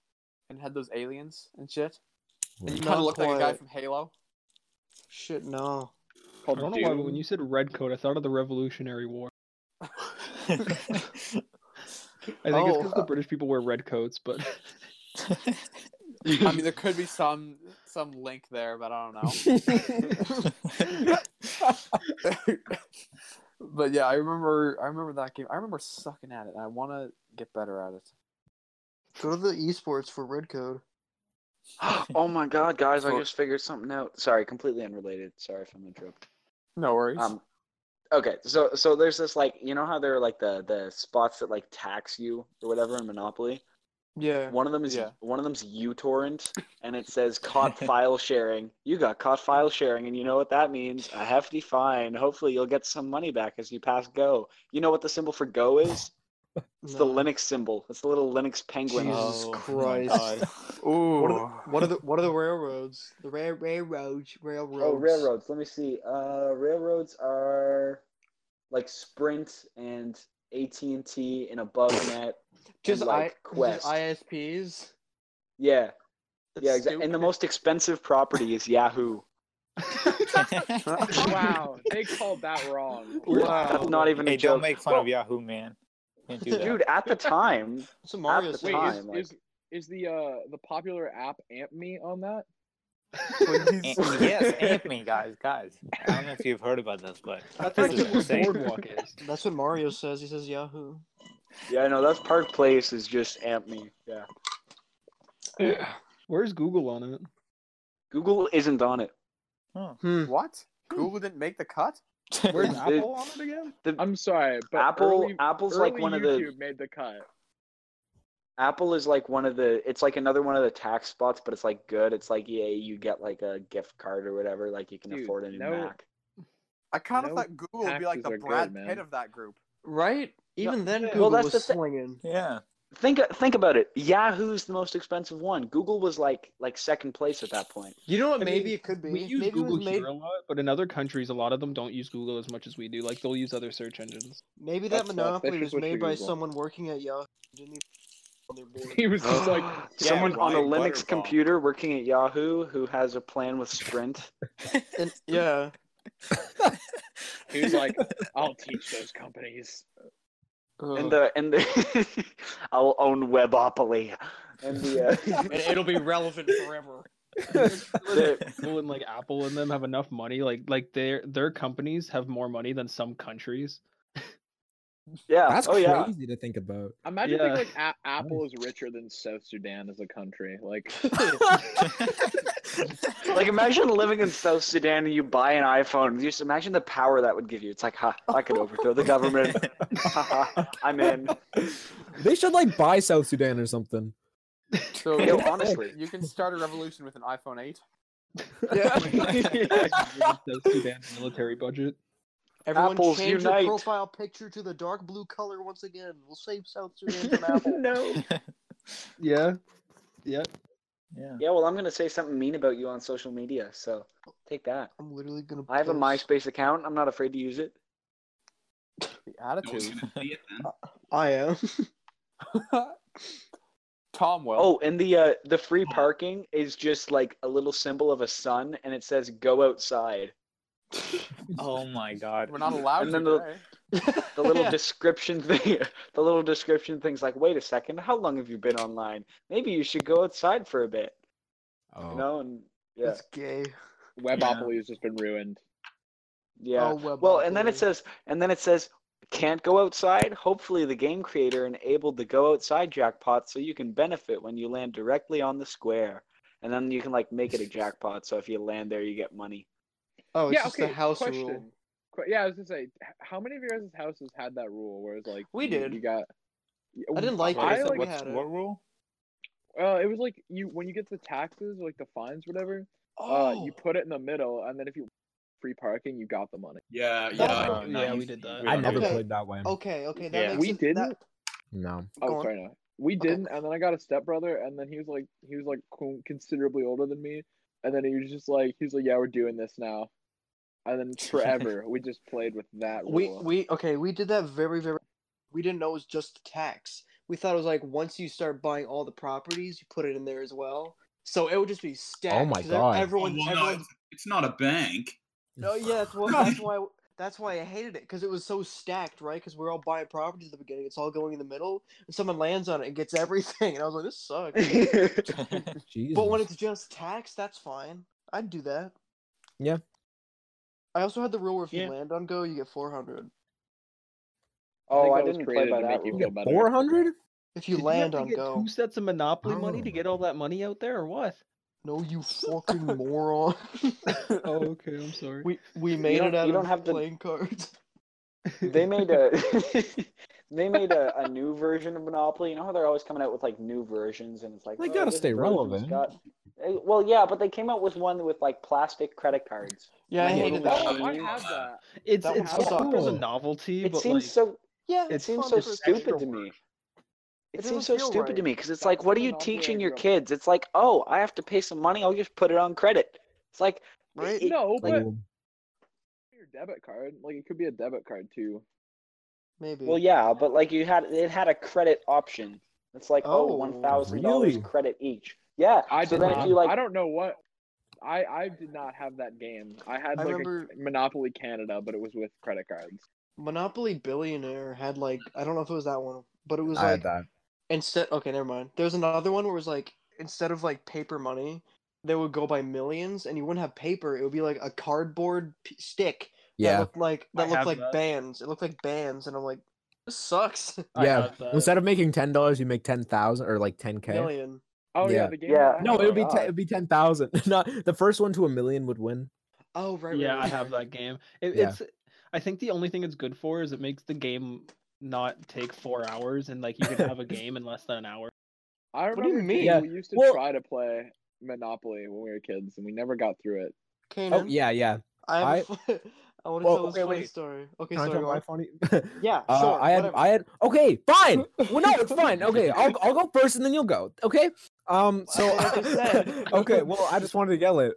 A: and had those aliens and shit? And you
D: Red
A: kind of
C: Not
A: looked like a guy
C: quite.
A: from Halo.
C: Shit, no.
G: I don't know why, but when you said red coat, I thought of the Revolutionary War.
I: I
G: I think it's
C: Oh,
G: because the
C: uh,
G: British people wear red coats, but
A: I mean, there could be some some link there, but I don't know. but yeah, I remember I remember that game. I remember sucking at it. and I want to get better at it.
C: Go to the esports for red code.
E: oh my god, guys, I
A: For-
E: just figured something out. Sorry, completely unrelated. Sorry if I'm interrupting.
A: No worries.
E: Um, okay, so so there's this like you know how there are like the the spots that like tax you or whatever in Monopoly.
C: Yeah.
E: One of them is one of them's uTorrent, and it says caught file sharing. You got caught file sharing, and you know what that means? A hefty fine. Hopefully, you'll get some money back as you pass Go. You know what the symbol for Go is? It's the Linux symbol. It's the little Linux penguin.
C: Jesus Christ! What are, the, what are the what are the railroads? The ra- railroads, railroads.
E: Oh, railroads. Let me see. Uh, railroads are like Sprint and AT and T and AboveNet.
C: Just
E: and, like
C: I
E: Quest.
C: just ISPs.
E: Yeah. yeah, exactly.
C: stupid.
E: And the most expensive property is Yahoo.
F: wow, they called that wrong.
E: That's not even
I: Hey,
E: a joke.
I: don't make fun of Yahoo, man. Can't do that.
E: Dude, at the time,
C: Some
E: Mario at the
F: Wait,
E: time,
F: is,
E: like,
F: is is the uh the popular app Amp Me on that?
I: An- yes, Anthony, guys, guys. I don't know if you've heard about this, but this is insane.
G: is.
C: That's what Mario says. He says Yahoo.
E: yeah, no, that's Park Place is just amp me. Yeah,
G: Where's Google on it?
E: Google isn't on it.
C: Hmm.
A: What? Google didn't make the cut?
G: Where's
E: They-
G: Apple on it again?
F: I'm sorry, but
E: Apple-
F: early-
E: Apple's like
F: early
E: one of the-
F: YouTube made the cut.
E: Apple is like one of the. It's like another one of the tax spots, but it's like good. It's like yeah, you get like a gift card or whatever. Like you can
F: Dude,
E: afford a new
F: no-
E: Mac.
A: I kind of
F: No
A: thought Google would be like
F: taxes are
A: the
F: good,
A: Brad
F: man.
A: Pitt of that group.
C: Right? Even then,
G: yeah.
C: Google
E: Well, that's the
C: was
E: thi-
C: slinging.
I: Yeah.
E: Think think about it. Yahoo's the most expensive one. Google was like like second place at that point.
C: You know what?
G: I
C: maybe
G: mean,
C: it could be.
G: We use
C: maybe it
G: Google
C: was made.
G: here a lot, but in other countries, a lot of them don't use Google as much as we do. Like they'll use other search engines.
C: Maybe that
F: That's not- that
C: monopoly
F: should
C: was
F: switch to
C: made by
F: Google.
C: someone working at Yahoo. Didn't even on their board.
F: He was just like,
E: Someone on a
A: Ryan
E: Linux
A: Butterball.
E: computer working at Yahoo who has a plan with Sprint.
C: And- yeah.
F: he was like, I'll teach those companies.
E: and the and the I'll own Webopoly. And the, uh,
C: And it'll be relevant forever.
E: the
G: Google and like Apple and them have enough money. Like like their their companies have more money than some countries.
E: yeah,
D: That's
E: oh
D: crazy
E: yeah.
D: to think about.
F: Imagine being
G: Yeah.
F: like a- Apple is richer than South Sudan as a country. Like,
E: Like imagine living in South Sudan and you buy an iPhone. Just imagine the power that would give you. It's like, ha, I could overthrow the government. Ha, ha, I'm in.
D: They should like buy South Sudan or something.
A: So
E: Yo, honestly.
A: you can start a revolution with an iPhone 8.
G: South Sudan's military budget.
C: Everyone
E: Apples
C: change
E: unite.
C: your profile picture to the dark blue color once again. We'll save South Sudan from Apple.
E: no.
G: Yeah, yeah.
I: Yeah.
E: Yeah, well I'm gonna say something mean about you on social media, so take that.
C: I'm literally gonna.
E: I have a
C: post-
E: MySpace account. I'm not afraid to use it.
A: The
J: No one's
A: attitude.
J: gonna see it then.
C: I am.
A: Tomwell.
E: Oh, and the uh, the free parking is just like a little symbol of a sun, and it says "Go outside."
I: Oh my God.
A: We're not allowed
E: And
A: to.
E: then the-
A: today.
E: The little description thing, the little description thing's like, "Wait a second, how long have you been online? Maybe you should go outside for a bit."
D: Oh.
E: You know, and yeah,
C: It's gay.
F: Webopoly has just been ruined.
E: yeah.
C: Oh, web
E: well, and then it
C: monopoly.
E: says, and then it says, "Can't go outside." Hopefully, the game creator enabled the "Go Outside" jackpot, so you can benefit when you land directly on the square, and then you can like make it a jackpot. So if you land there, you get money.
C: Oh, it's
F: yeah,
C: just
F: okay.
C: the house
F: question.
C: rule.
F: Que- yeah, I was gonna say, h- how many of your guys' houses had that rule? Where it's like,
C: We
F: you-
C: did.
F: You got.
C: I didn't like it.
F: I
I: Wait,
C: so
F: like-
C: we
I: what's,
C: had it.
I: what rule?
F: Uh, it was like you when you get the taxes, like the fines, whatever. Uh, you
C: Oh.
F: put it in the middle, and then if you free parking, you got the money.
J: Yeah, yeah.
C: That's
J: I-
I: Oh,
G: yeah,
I: nice.
G: we did that.
D: I never
C: Okay.
D: played that way.
C: Okay, okay. That
I: Yeah.
C: makes
F: We
C: it,
F: didn't.
C: That,
D: No.
C: go
F: Oh,
C: on.
F: sorry. No. We
C: Okay.
F: didn't, and then I got a stepbrother, and then he was like, he was like co- considerably older than me, and then he was just like, he was like, yeah, we're doing this now, and then forever we just played with that
C: We
F: rule.
C: we okay. We did that very very. We didn't know it was just the tax. We thought it was like once you start buying all the properties, you put it in there as well. So it would just be stacked.
D: Oh my
C: 'cause
D: God.
J: Oh,
C: Everyone,
J: well, no,
C: everyone.
J: it's, it's not a bank.
C: No, Oh, yeah, that's, what, that's why. That's why I hated it because it was so stacked, right? Because we are all buying properties at the beginning. It's all going in the middle, and someone lands on it and gets everything. And I was like, this sucks.
D: Jesus.
C: but when it's just tax, that's fine. I'd do that.
D: Yeah.
C: I also had the rule where if
E: Yeah.
C: you land on go, you get four hundred.
E: oh,
F: think
E: I
F: that was
E: didn't play
F: created
E: by
F: to
E: that
F: make you
E: rule.
F: feel better.
D: four hundred?
C: If you
G: Did
C: land
G: have to
C: on
G: get
C: go,
G: two sets of Monopoly money to
D: Oh.
G: get all that money out there, or what?
C: no, you fucking moron.
G: Oh, okay. I'm sorry.
C: We we made
E: don't-
C: it out
E: you don't
C: of
E: have to-
C: playing cards.
E: they made a They made a, a new version of Monopoly. You know how they're always coming out with like new versions, and it's like "Oh,
D: They gotta
E: this
D: stay
E: version's
D: relevant.
E: got- Eh, Well, yeah, but they came out with one with like plastic credit cards.
C: Yeah, I
E: Like,
C: hated
E: little
C: that.
E: machines.
F: I have that.
G: It's
C: That
G: it's
C: would
G: cool
C: suck.
G: as a novelty,
E: It
G: but
E: seems
G: like,
E: so. Yeah,
D: it's
E: it seems
D: fun
E: so
D: for
E: stupid
D: extra
E: to me. It
C: It
E: seems so
C: doesn't feel
E: stupid to
C: right.
E: me because it's
F: That's
E: like, what are
F: the
E: you
F: monopoly I
E: teaching your
F: grew up with.
E: kids? It's like, oh, I have to pay some money. I'll just put it on credit. It's like,
C: Right?
E: it-
F: No, but
D: Cool.
F: your debit card, like it could be a debit card too.
C: Maybe.
E: well, yeah, but like you had it had a credit option. It's like, oh,
C: Oh,
E: one thousand dollars
D: really?
E: credit each. Yeah.
F: I
E: so
F: did
E: then
F: not.
E: if you like,
F: I don't know what. I I did not have that game. I had
C: I
F: like
C: remember-
F: a Monopoly Canada, but it was with credit cards.
C: Monopoly Billionaire had like I don't know if it was that one, but it was
K: I had
C: like
K: that.
C: instead. Okay, never mind. There was another one where it was like instead of like paper money, they would go by millions, and you wouldn't have paper. It would be like a cardboard p- stick that
D: Yeah.
C: looked like that
I: I
C: looked
I: have
C: like
I: that.
C: bands. It looked like bands, and I'm like, this sucks.
I: I
G: uh,
D: yeah.
I: have that.
D: Instead of making ten dollars, you make ten thousand or like ten k.
C: Million.
F: Oh yeah,
D: Yeah.
F: the game.
E: Yeah.
F: that I
D: No,
F: had
D: it would be
E: Oh,
D: te-
E: God.
D: it would be ten thousand. Not the first one to a million would win.
C: Oh right. right,
G: yeah,
C: right,
G: I have
C: right.
G: that game. It,
D: Yeah.
G: It's I think the only thing it's good for is it makes the game not take four hours, and like you can have a game in less than an hour.
F: I
C: What
F: remember
C: do you mean?
F: too,
D: Yeah,
F: we used to
D: well-
F: try to play Monopoly when we were kids, and we never got through it.
C: Kanan,
D: Oh yeah, yeah.
C: I have a fu- I want to
D: Well,
C: tell this
D: okay,
C: funny
D: wait.
C: story. Okay,
D: Can I
C: sorry.
D: tell
C: Go
D: my
C: on.
D: funny?
C: Yeah,
D: Uh,
C: sure.
D: I had,
C: whatever.
D: I had. Okay, fine. Well, no, it's fine. Okay, I'll, I'll go first, and then you'll go. Okay. Um. So.
C: Well, I just said.
D: okay. Well, I just wanted to yell it.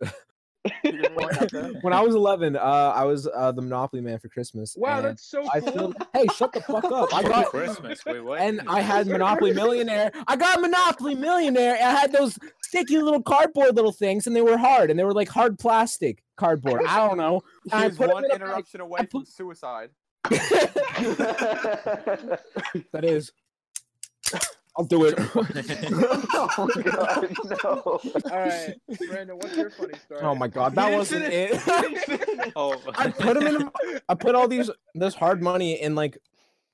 D: when I was 11, uh, I was uh, the Monopoly man for Christmas.
F: Wow,
D: and
F: that's so
D: I
F: cool.
D: filled. Hey, shut the fuck up! I got
I: Christmas. Wait, what?
D: and I had Monopoly Millionaire. I got Monopoly Millionaire. And I had those sticky little cardboard little things, and they were hard, and they were like hard plastic cardboard. I don't know. And I
I: He's
D: put 'em
I: one
D: in a bag.
I: interruption away
D: put-
I: from suicide.
D: that is. I'll do it.
E: oh god, no.
F: All right, Brandon, what's your funny story?
D: oh my god, that wasn't it.
I: oh,
D: I put them in. a- I put all these this hard money in like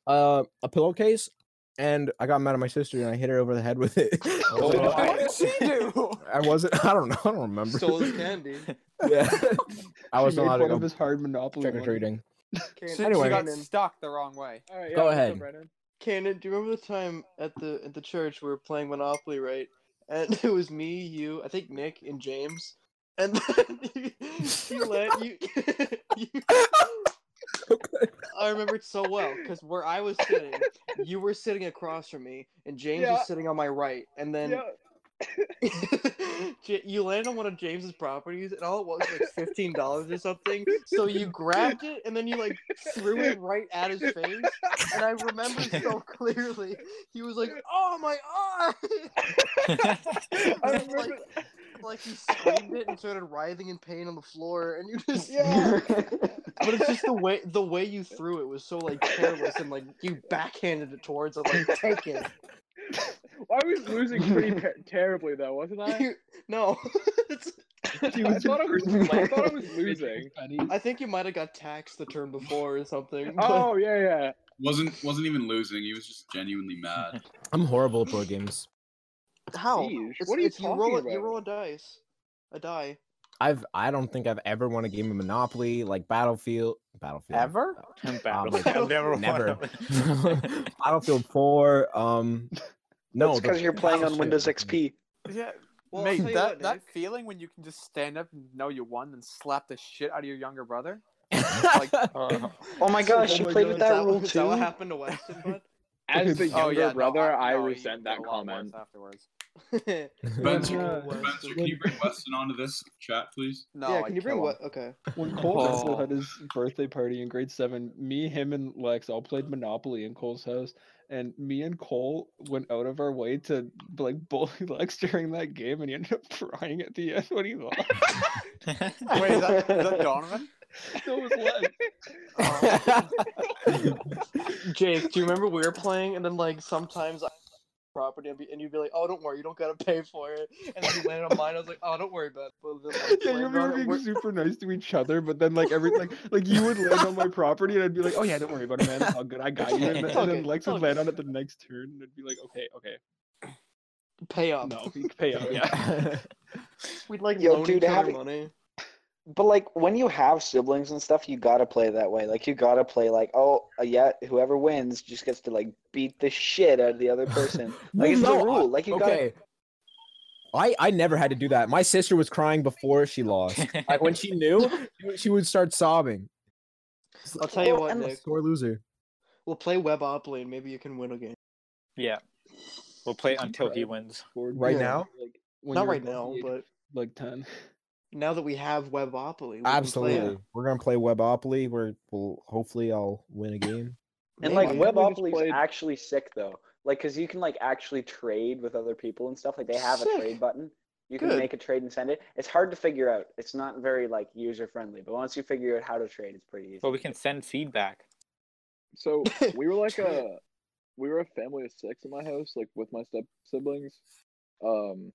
D: uh, a pillowcase, and I got mad at my sister and I hit her over the head with it.
G: Oh,
I: What
D: did she do? I wasn't. I don't know. I don't remember.
C: Stole his candy.
D: yeah, I
G: She
D: was
G: made
D: not
G: fun of
D: allowed to
G: his hard Monopoly.
D: trick or
G: money.
D: treating.
C: Kanan,
I: she,
D: Anyway.
I: she got stuck the wrong way.
F: All right, yeah,
D: Go
F: what's up,
D: ahead.
F: Brandon?
C: Cannon, do you remember the time at the at the church we were playing Monopoly, right? And it was me, you, I think Nick and James. And then you, you let you, you I remember it so well because where I was sitting, you were sitting across from me, and James
F: Yeah.
C: was sitting on my right. And then
F: Yeah,
C: Ja- you landed on one of James's properties, and all it was was like fifteen dollars or something. So you grabbed it, and then you like threw it right at his face. And I remember so clearly, he was like, "Oh my arm!" It's
F: I remember.
C: like he screamed it and started writhing in pain on the floor. And you just,
F: Yeah.
C: but it's just the way the way you threw it was so like careless, and like you backhanded it towards him, like take it.
F: I was losing pretty ter- terribly though, wasn't I?
C: You- no, It's-
G: She
F: I
G: was
F: thought I was,
G: in first
F: I
G: place.
F: thought I was
G: Losing.
F: losing.
C: I think you might have got taxed the term before or something. but-
F: Oh yeah, yeah.
J: Wasn't wasn't even losing. He was just genuinely mad.
D: I'm horrible at board games.
C: How?
F: Siege?
C: It's-
F: What are you
C: it's-
F: talking
C: roll, a- You
F: about?
C: roll a dice, a die.
D: I've I don't think I've ever won a game of Monopoly like Battlefield. Battlefield.
I: Ever?
D: Battlefield.
I: never.
D: Never. Battlefield Four. Um, no,
E: It's
D: the
E: because you're playing on
D: Battlefield.
E: Windows XP.
I: yeah,
C: Well, I'll
I: mate,
C: tell you
I: that,
C: what,
I: that
C: Nick.
I: feeling when you can just stand up and know you won and slap the shit out of your younger brother. Uh-huh.
E: Oh my gosh, you played with
C: Is
E: that,
C: what-
E: rule
C: is that what
E: too?
C: happened to Weston, bud?
F: As the
I: Oh,
F: younger
I: yeah, no,
F: brother,
I: I-
F: I
I: no, you
F: resent
I: get
F: that
I: a lot worse
F: comment.
I: Afterwards.
J: Spencer,
G: Yeah.
J: Spencer, can you bring Weston onto this chat, please?
I: No,
C: yeah,
I: I'd
C: can you bring
I: kill
C: what? Okay.
G: When Cole Russell
I: Oh.
G: had his birthday party in grade seven, me, him, and Lex all played Monopoly in Cole's house, and me and Cole went out of our way to like bully Lex during that game, and he ended up crying at the end when he lost.
I: him. Wait, is that, is that Donovan?
G: so was Lex.
C: Jake, do you remember we were playing, and then like sometimes I property and, be, and you'd be like, "Oh, don't worry, you don't gotta pay for it," and then you landed on mine. I was like, "Oh, don't worry about it." But then, like,
G: Yeah, you
C: landed
G: remember
C: on it,
G: being
C: we're-
G: super nice to each other, but then like every like like you would land on my property, and I'd be like, "Oh yeah, don't worry about it, man. It's all good. I got you." And, then-
C: It's
G: and
C: okay,
G: then Lex
C: it's
G: would
C: okay.
G: land on it the next turn, and I'd be like, "Okay, okay,
C: pay up. Um,
G: no, you can pay up."
D: Yeah.
C: We'd like
E: Yo,
C: loan
E: dude,
C: each other
E: having-
C: money.
E: But like when you have siblings and stuff, you gotta play that way. Like you gotta play like, oh uh, yeah, whoever wins just gets to like beat the shit out of the other person.
D: Well,
E: like it's
D: no,
E: the
D: I-
E: rule. Like you gotta
D: okay. I, I never had to do that. My sister was crying before she lost. Like when she knew, she would- she would start sobbing.
C: I'll tell you
D: Oh,
C: what,
D: I'm a
C: Nick.
D: Sore loser.
C: We'll play Webopoly and maybe you can win a game.
I: Yeah. We'll play until he wins.
D: Right now?
G: Like, when
C: Not
G: you're
C: right
G: above
C: now,
G: the age of,
C: but
G: like ten.
C: now that we have Webopoly, we can play
D: Absolutely.
C: it.
D: We're gonna play Webopoly. We're we'll hopefully I'll win a game.
E: and like
C: Maybe.
E: Webopoly
F: played-
E: is actually sick though. Like because you can like actually trade with other people and stuff. Like they have a
C: Sick.
E: trade button. You can
C: Good.
E: make a trade and send it. It's hard to figure out. It's not very like user friendly. But once you figure out how to trade, it's pretty easy.
I: But we can send feedback.
F: So we were like a we were a family of six in my house, like with my step siblings. Um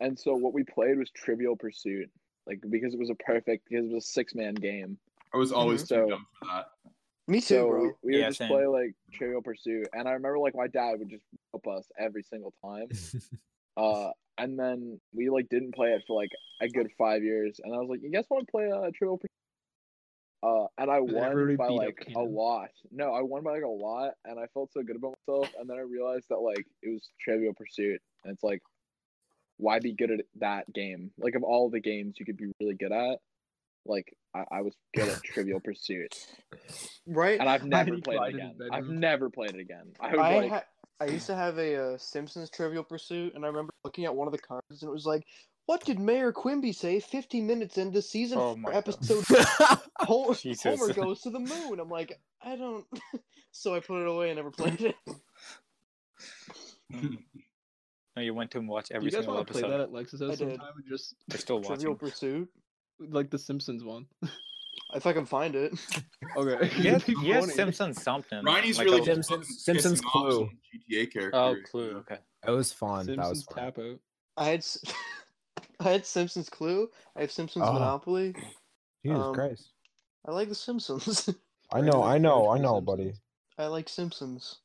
F: and so what we played was Trivial Pursuit. Like because it was a perfect because it was a six man game.
J: I
I: Mm-hmm.
J: was always too
F: So-
J: dumb for that.
C: Me too,
F: so
C: bro.
F: we, we
I: Yeah,
F: would just
I: same.
F: play like Trivial Pursuit. And I remember like my dad would just whoop us every single time. uh and then we like didn't play it for like a good five years and I was like, You guys wanna play uh Trivial Pursuit? Uh, and I
G: then
F: won
G: everybody
F: by
G: beat up
F: like a
G: Cannon.
F: lot. No, I won by like a lot, and I felt so good about myself. And then I realized that like it was Trivial Pursuit, and it's like, why be good at that game? Like of all the games you could be really good at, like I, I was good at Trivial Pursuit,
C: Right?
F: and I've never
G: do you
F: played
G: try
F: it
G: to
F: again.
G: invent
F: I've
G: them?
F: never played it again. I was
C: I,
F: like,
C: ha- I used to have a uh, Simpsons Trivial Pursuit, and I remember looking at one of the cards, and it was like, "What did Mayor Quimby say 15 minutes into season
I: Oh
C: four,
I: my God.
C: episode? Hol-
I: Jesus.
C: Homer goes to the moon." I'm like, I don't. so I put it away and never played it.
I: Mm-hmm. No, Oh, you went to watch
G: Do
I: every
G: you guys
I: single
G: want to play that
I: episode.
G: at Lex's
C: I
G: house
C: did.
G: sometime and just
I: We're still
C: Trivial
I: watching.
C: Pursuit,
G: like the Simpsons one?
C: if I can find it.
G: Okay.
I: Yes,
G: It'd be
I: yes,
G: funny.
I: Simpsons something.
J: Ryan's
I: Like
J: really
I: a-
J: good at
D: Simpsons-
J: fucking
D: Simpsons
J: pissing off
D: Clue.
J: some GTA character.
I: Oh, Clue. Okay.
D: That was fun. that was
G: Simpsons
D: fun.
G: tap out.
C: I had, s- I had Simpsons Clue. I have Simpsons
D: Oh.
C: Monopoly.
D: Jesus
C: Um,
D: Christ.
C: I like The Simpsons.
D: I know, I know, I
G: Simpsons.
D: know, buddy.
C: I like Simpsons.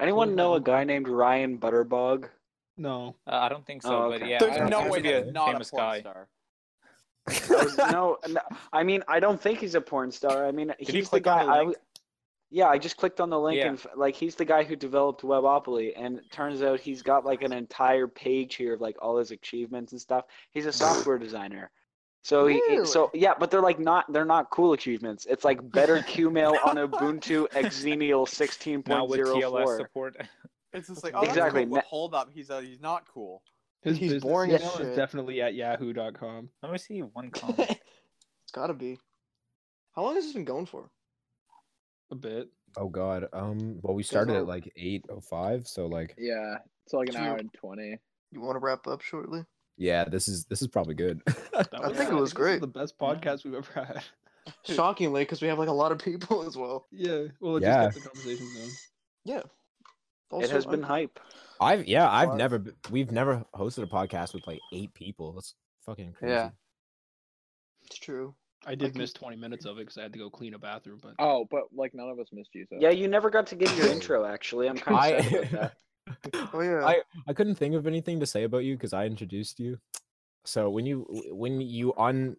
E: Anyone know a guy named Ryan Butterbog?
G: No.
I: Uh, I don't think so,
E: Oh,
I: but
E: okay.
I: yeah,
A: There's
I: I-
A: no
I: he
A: way
I: was
A: that's
I: a
A: not
I: famous
A: a porn
I: guy.
A: star.
E: I was- Oh, no, no, I mean, I don't think he's a porn star. I mean,
I: you
E: he's the
I: click
E: guy.
I: on the
E: I
I: link?
E: w- yeah, I just clicked on the link
I: Yeah.
E: and f- like he's the guy who developed Webopoly, and it turns out he's got like an entire page here of like all his achievements and stuff. He's a software designer. So he, he- so yeah, but they're like not they're not cool achievements. It's like better Qmail on Ubuntu Xenial
I: Now with TLS
E: 16.04.
I: support.
A: It's just like, oh, that's
E: Exactly,
A: cool, but
E: ne-
A: hold up, he's uh, he's not cool.
G: His
C: He's
G: business
C: boring as
G: email
C: shit.
G: is definitely at yahoo.com.
I: Let me see one comment.
C: it's gotta be. How long has this been going for?
G: A bit.
D: Oh god. Um well we started
C: all-
D: at like eight oh five, so like
F: yeah, it's like an
C: Do you-
F: hour and twenty.
C: You want to wrap up shortly?
D: yeah, this is this is probably good.
G: That
C: I
G: was-
C: think it
G: I
C: was
G: this is
C: great.
G: The best podcast we've ever had.
C: Shockingly, because we have like a lot of people as well.
G: Yeah. Well, it
D: Yeah.
G: just kept the conversation going.
E: It
C: Also,
E: has been
C: I'm-
E: hype.
D: I've yeah, I've
C: Fuck.
D: never b- we've never hosted a podcast with like eight people. That's fucking crazy.
A: Yeah.
C: It's true.
G: I did
C: can-
G: miss 20 minutes of it because I had to go clean a bathroom, but
A: Uh
F: Oh, but like none of us missed you. So
E: Yeah, you never got to give your intro. Actually, I'm kind of sad about that.
D: I
C: Oh yeah.
D: I I couldn't think of anything to say about you because I introduced you. So when you when you un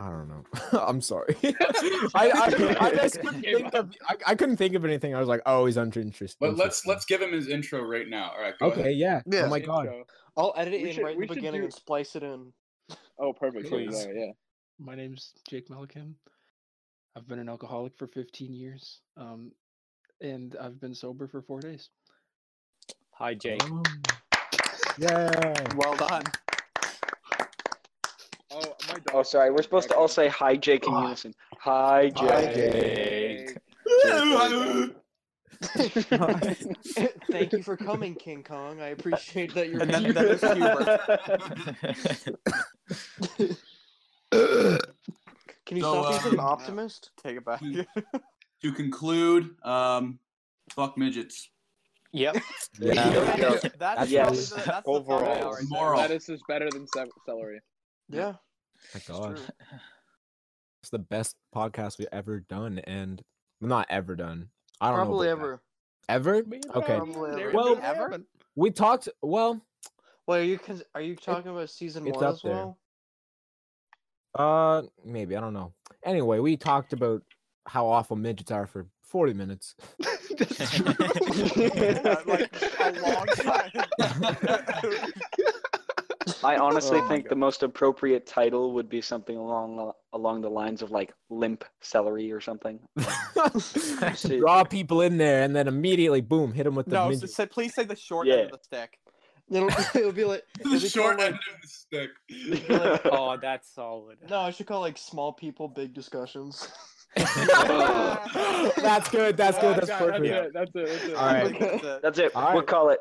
D: I don't know. I'm sorry. I, I, I just couldn't
F: Give
D: think of I, I couldn't think of anything. I was like, oh, he's uninterested.
J: But let's let's give him his intro right now. All right, go
D: Okay,
J: ahead.
D: yeah.
C: Yeah.
D: Oh my god.
F: Intro.
C: I'll edit it
F: we
C: in
F: should-
C: right in
F: we
C: the
F: should
C: beginning
F: do-
C: and splice it in.
F: Oh, perfect. Here you
I: Please.
F: go, Yeah.
G: my name's Jake Milliken. I've been an alcoholic for 15 years, um, and I've been sober for four days.
I: Hi, Jake.
D: Um, yeah.
A: Well done.
F: Oh, my dog.
E: Oh, sorry. We're supposed to all say hi, Jake, in unison. Hi,
D: Hi,
E: Jake.
I: Jake.
C: Thank you for coming, King Kong. I appreciate that you're
A: And
C: here.
A: then that was Hubert.
C: Can you
J: So,
C: stop me
J: uh,
C: from an optimist? Hmm.
A: Take it back.
J: to conclude, um, fuck midgets.
I: yep.
D: Yeah. Oh
A: That's, that's,
E: Yes.
A: yes. the, that's
I: Overall.
A: the thumbnail right there.
J: Moral.
F: Lettuce is better than ce- celery.
C: Yeah.
D: My
C: It's
D: god.
C: true.
D: It's the best podcast we've ever done and well, not ever done. I don't
C: Probably
D: know. about that.
C: ever.
D: Ever? Okay.
C: Probably ever.
D: Well-
A: ever?
D: We talked well,
C: Wait, are you cons- are you talking about season
D: it's
C: one
D: up
C: as
D: there.
C: well?
D: Uh, maybe I don't know. Anyway, we talked about how awful midgets are for forty minutes.
A: a long time.
E: I honestly
D: Oh my
E: think the most appropriate title would be something along the- along the lines of like limp celery or something. See.
D: Draw people in there, and then immediately, boom, hit them with the
A: No,
D: midget.
A: so, so please say the short end of the stick.
C: It'll, it'll be like
J: The short end of the stick.
I: oh, that's solid.
C: no, I should call it, like small people, big discussions.
D: that's good.
A: Oh,
D: That's good. That's
F: Yeah, that's
D: perfect.
F: it. That's it. That's it.
D: All right.
E: That's it.
D: All right.
E: We'll call it.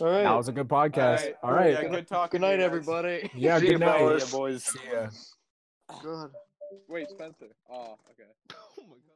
C: All right.
D: That was a good podcast. All right.
A: Yeah, good talk.
C: Good night, everybody.
D: Yeah.
E: See you,
D: Good night.
E: fellas.
D: boys. See ya.
C: God.
F: Wait, Spencer. Oh, okay.
G: Oh my god.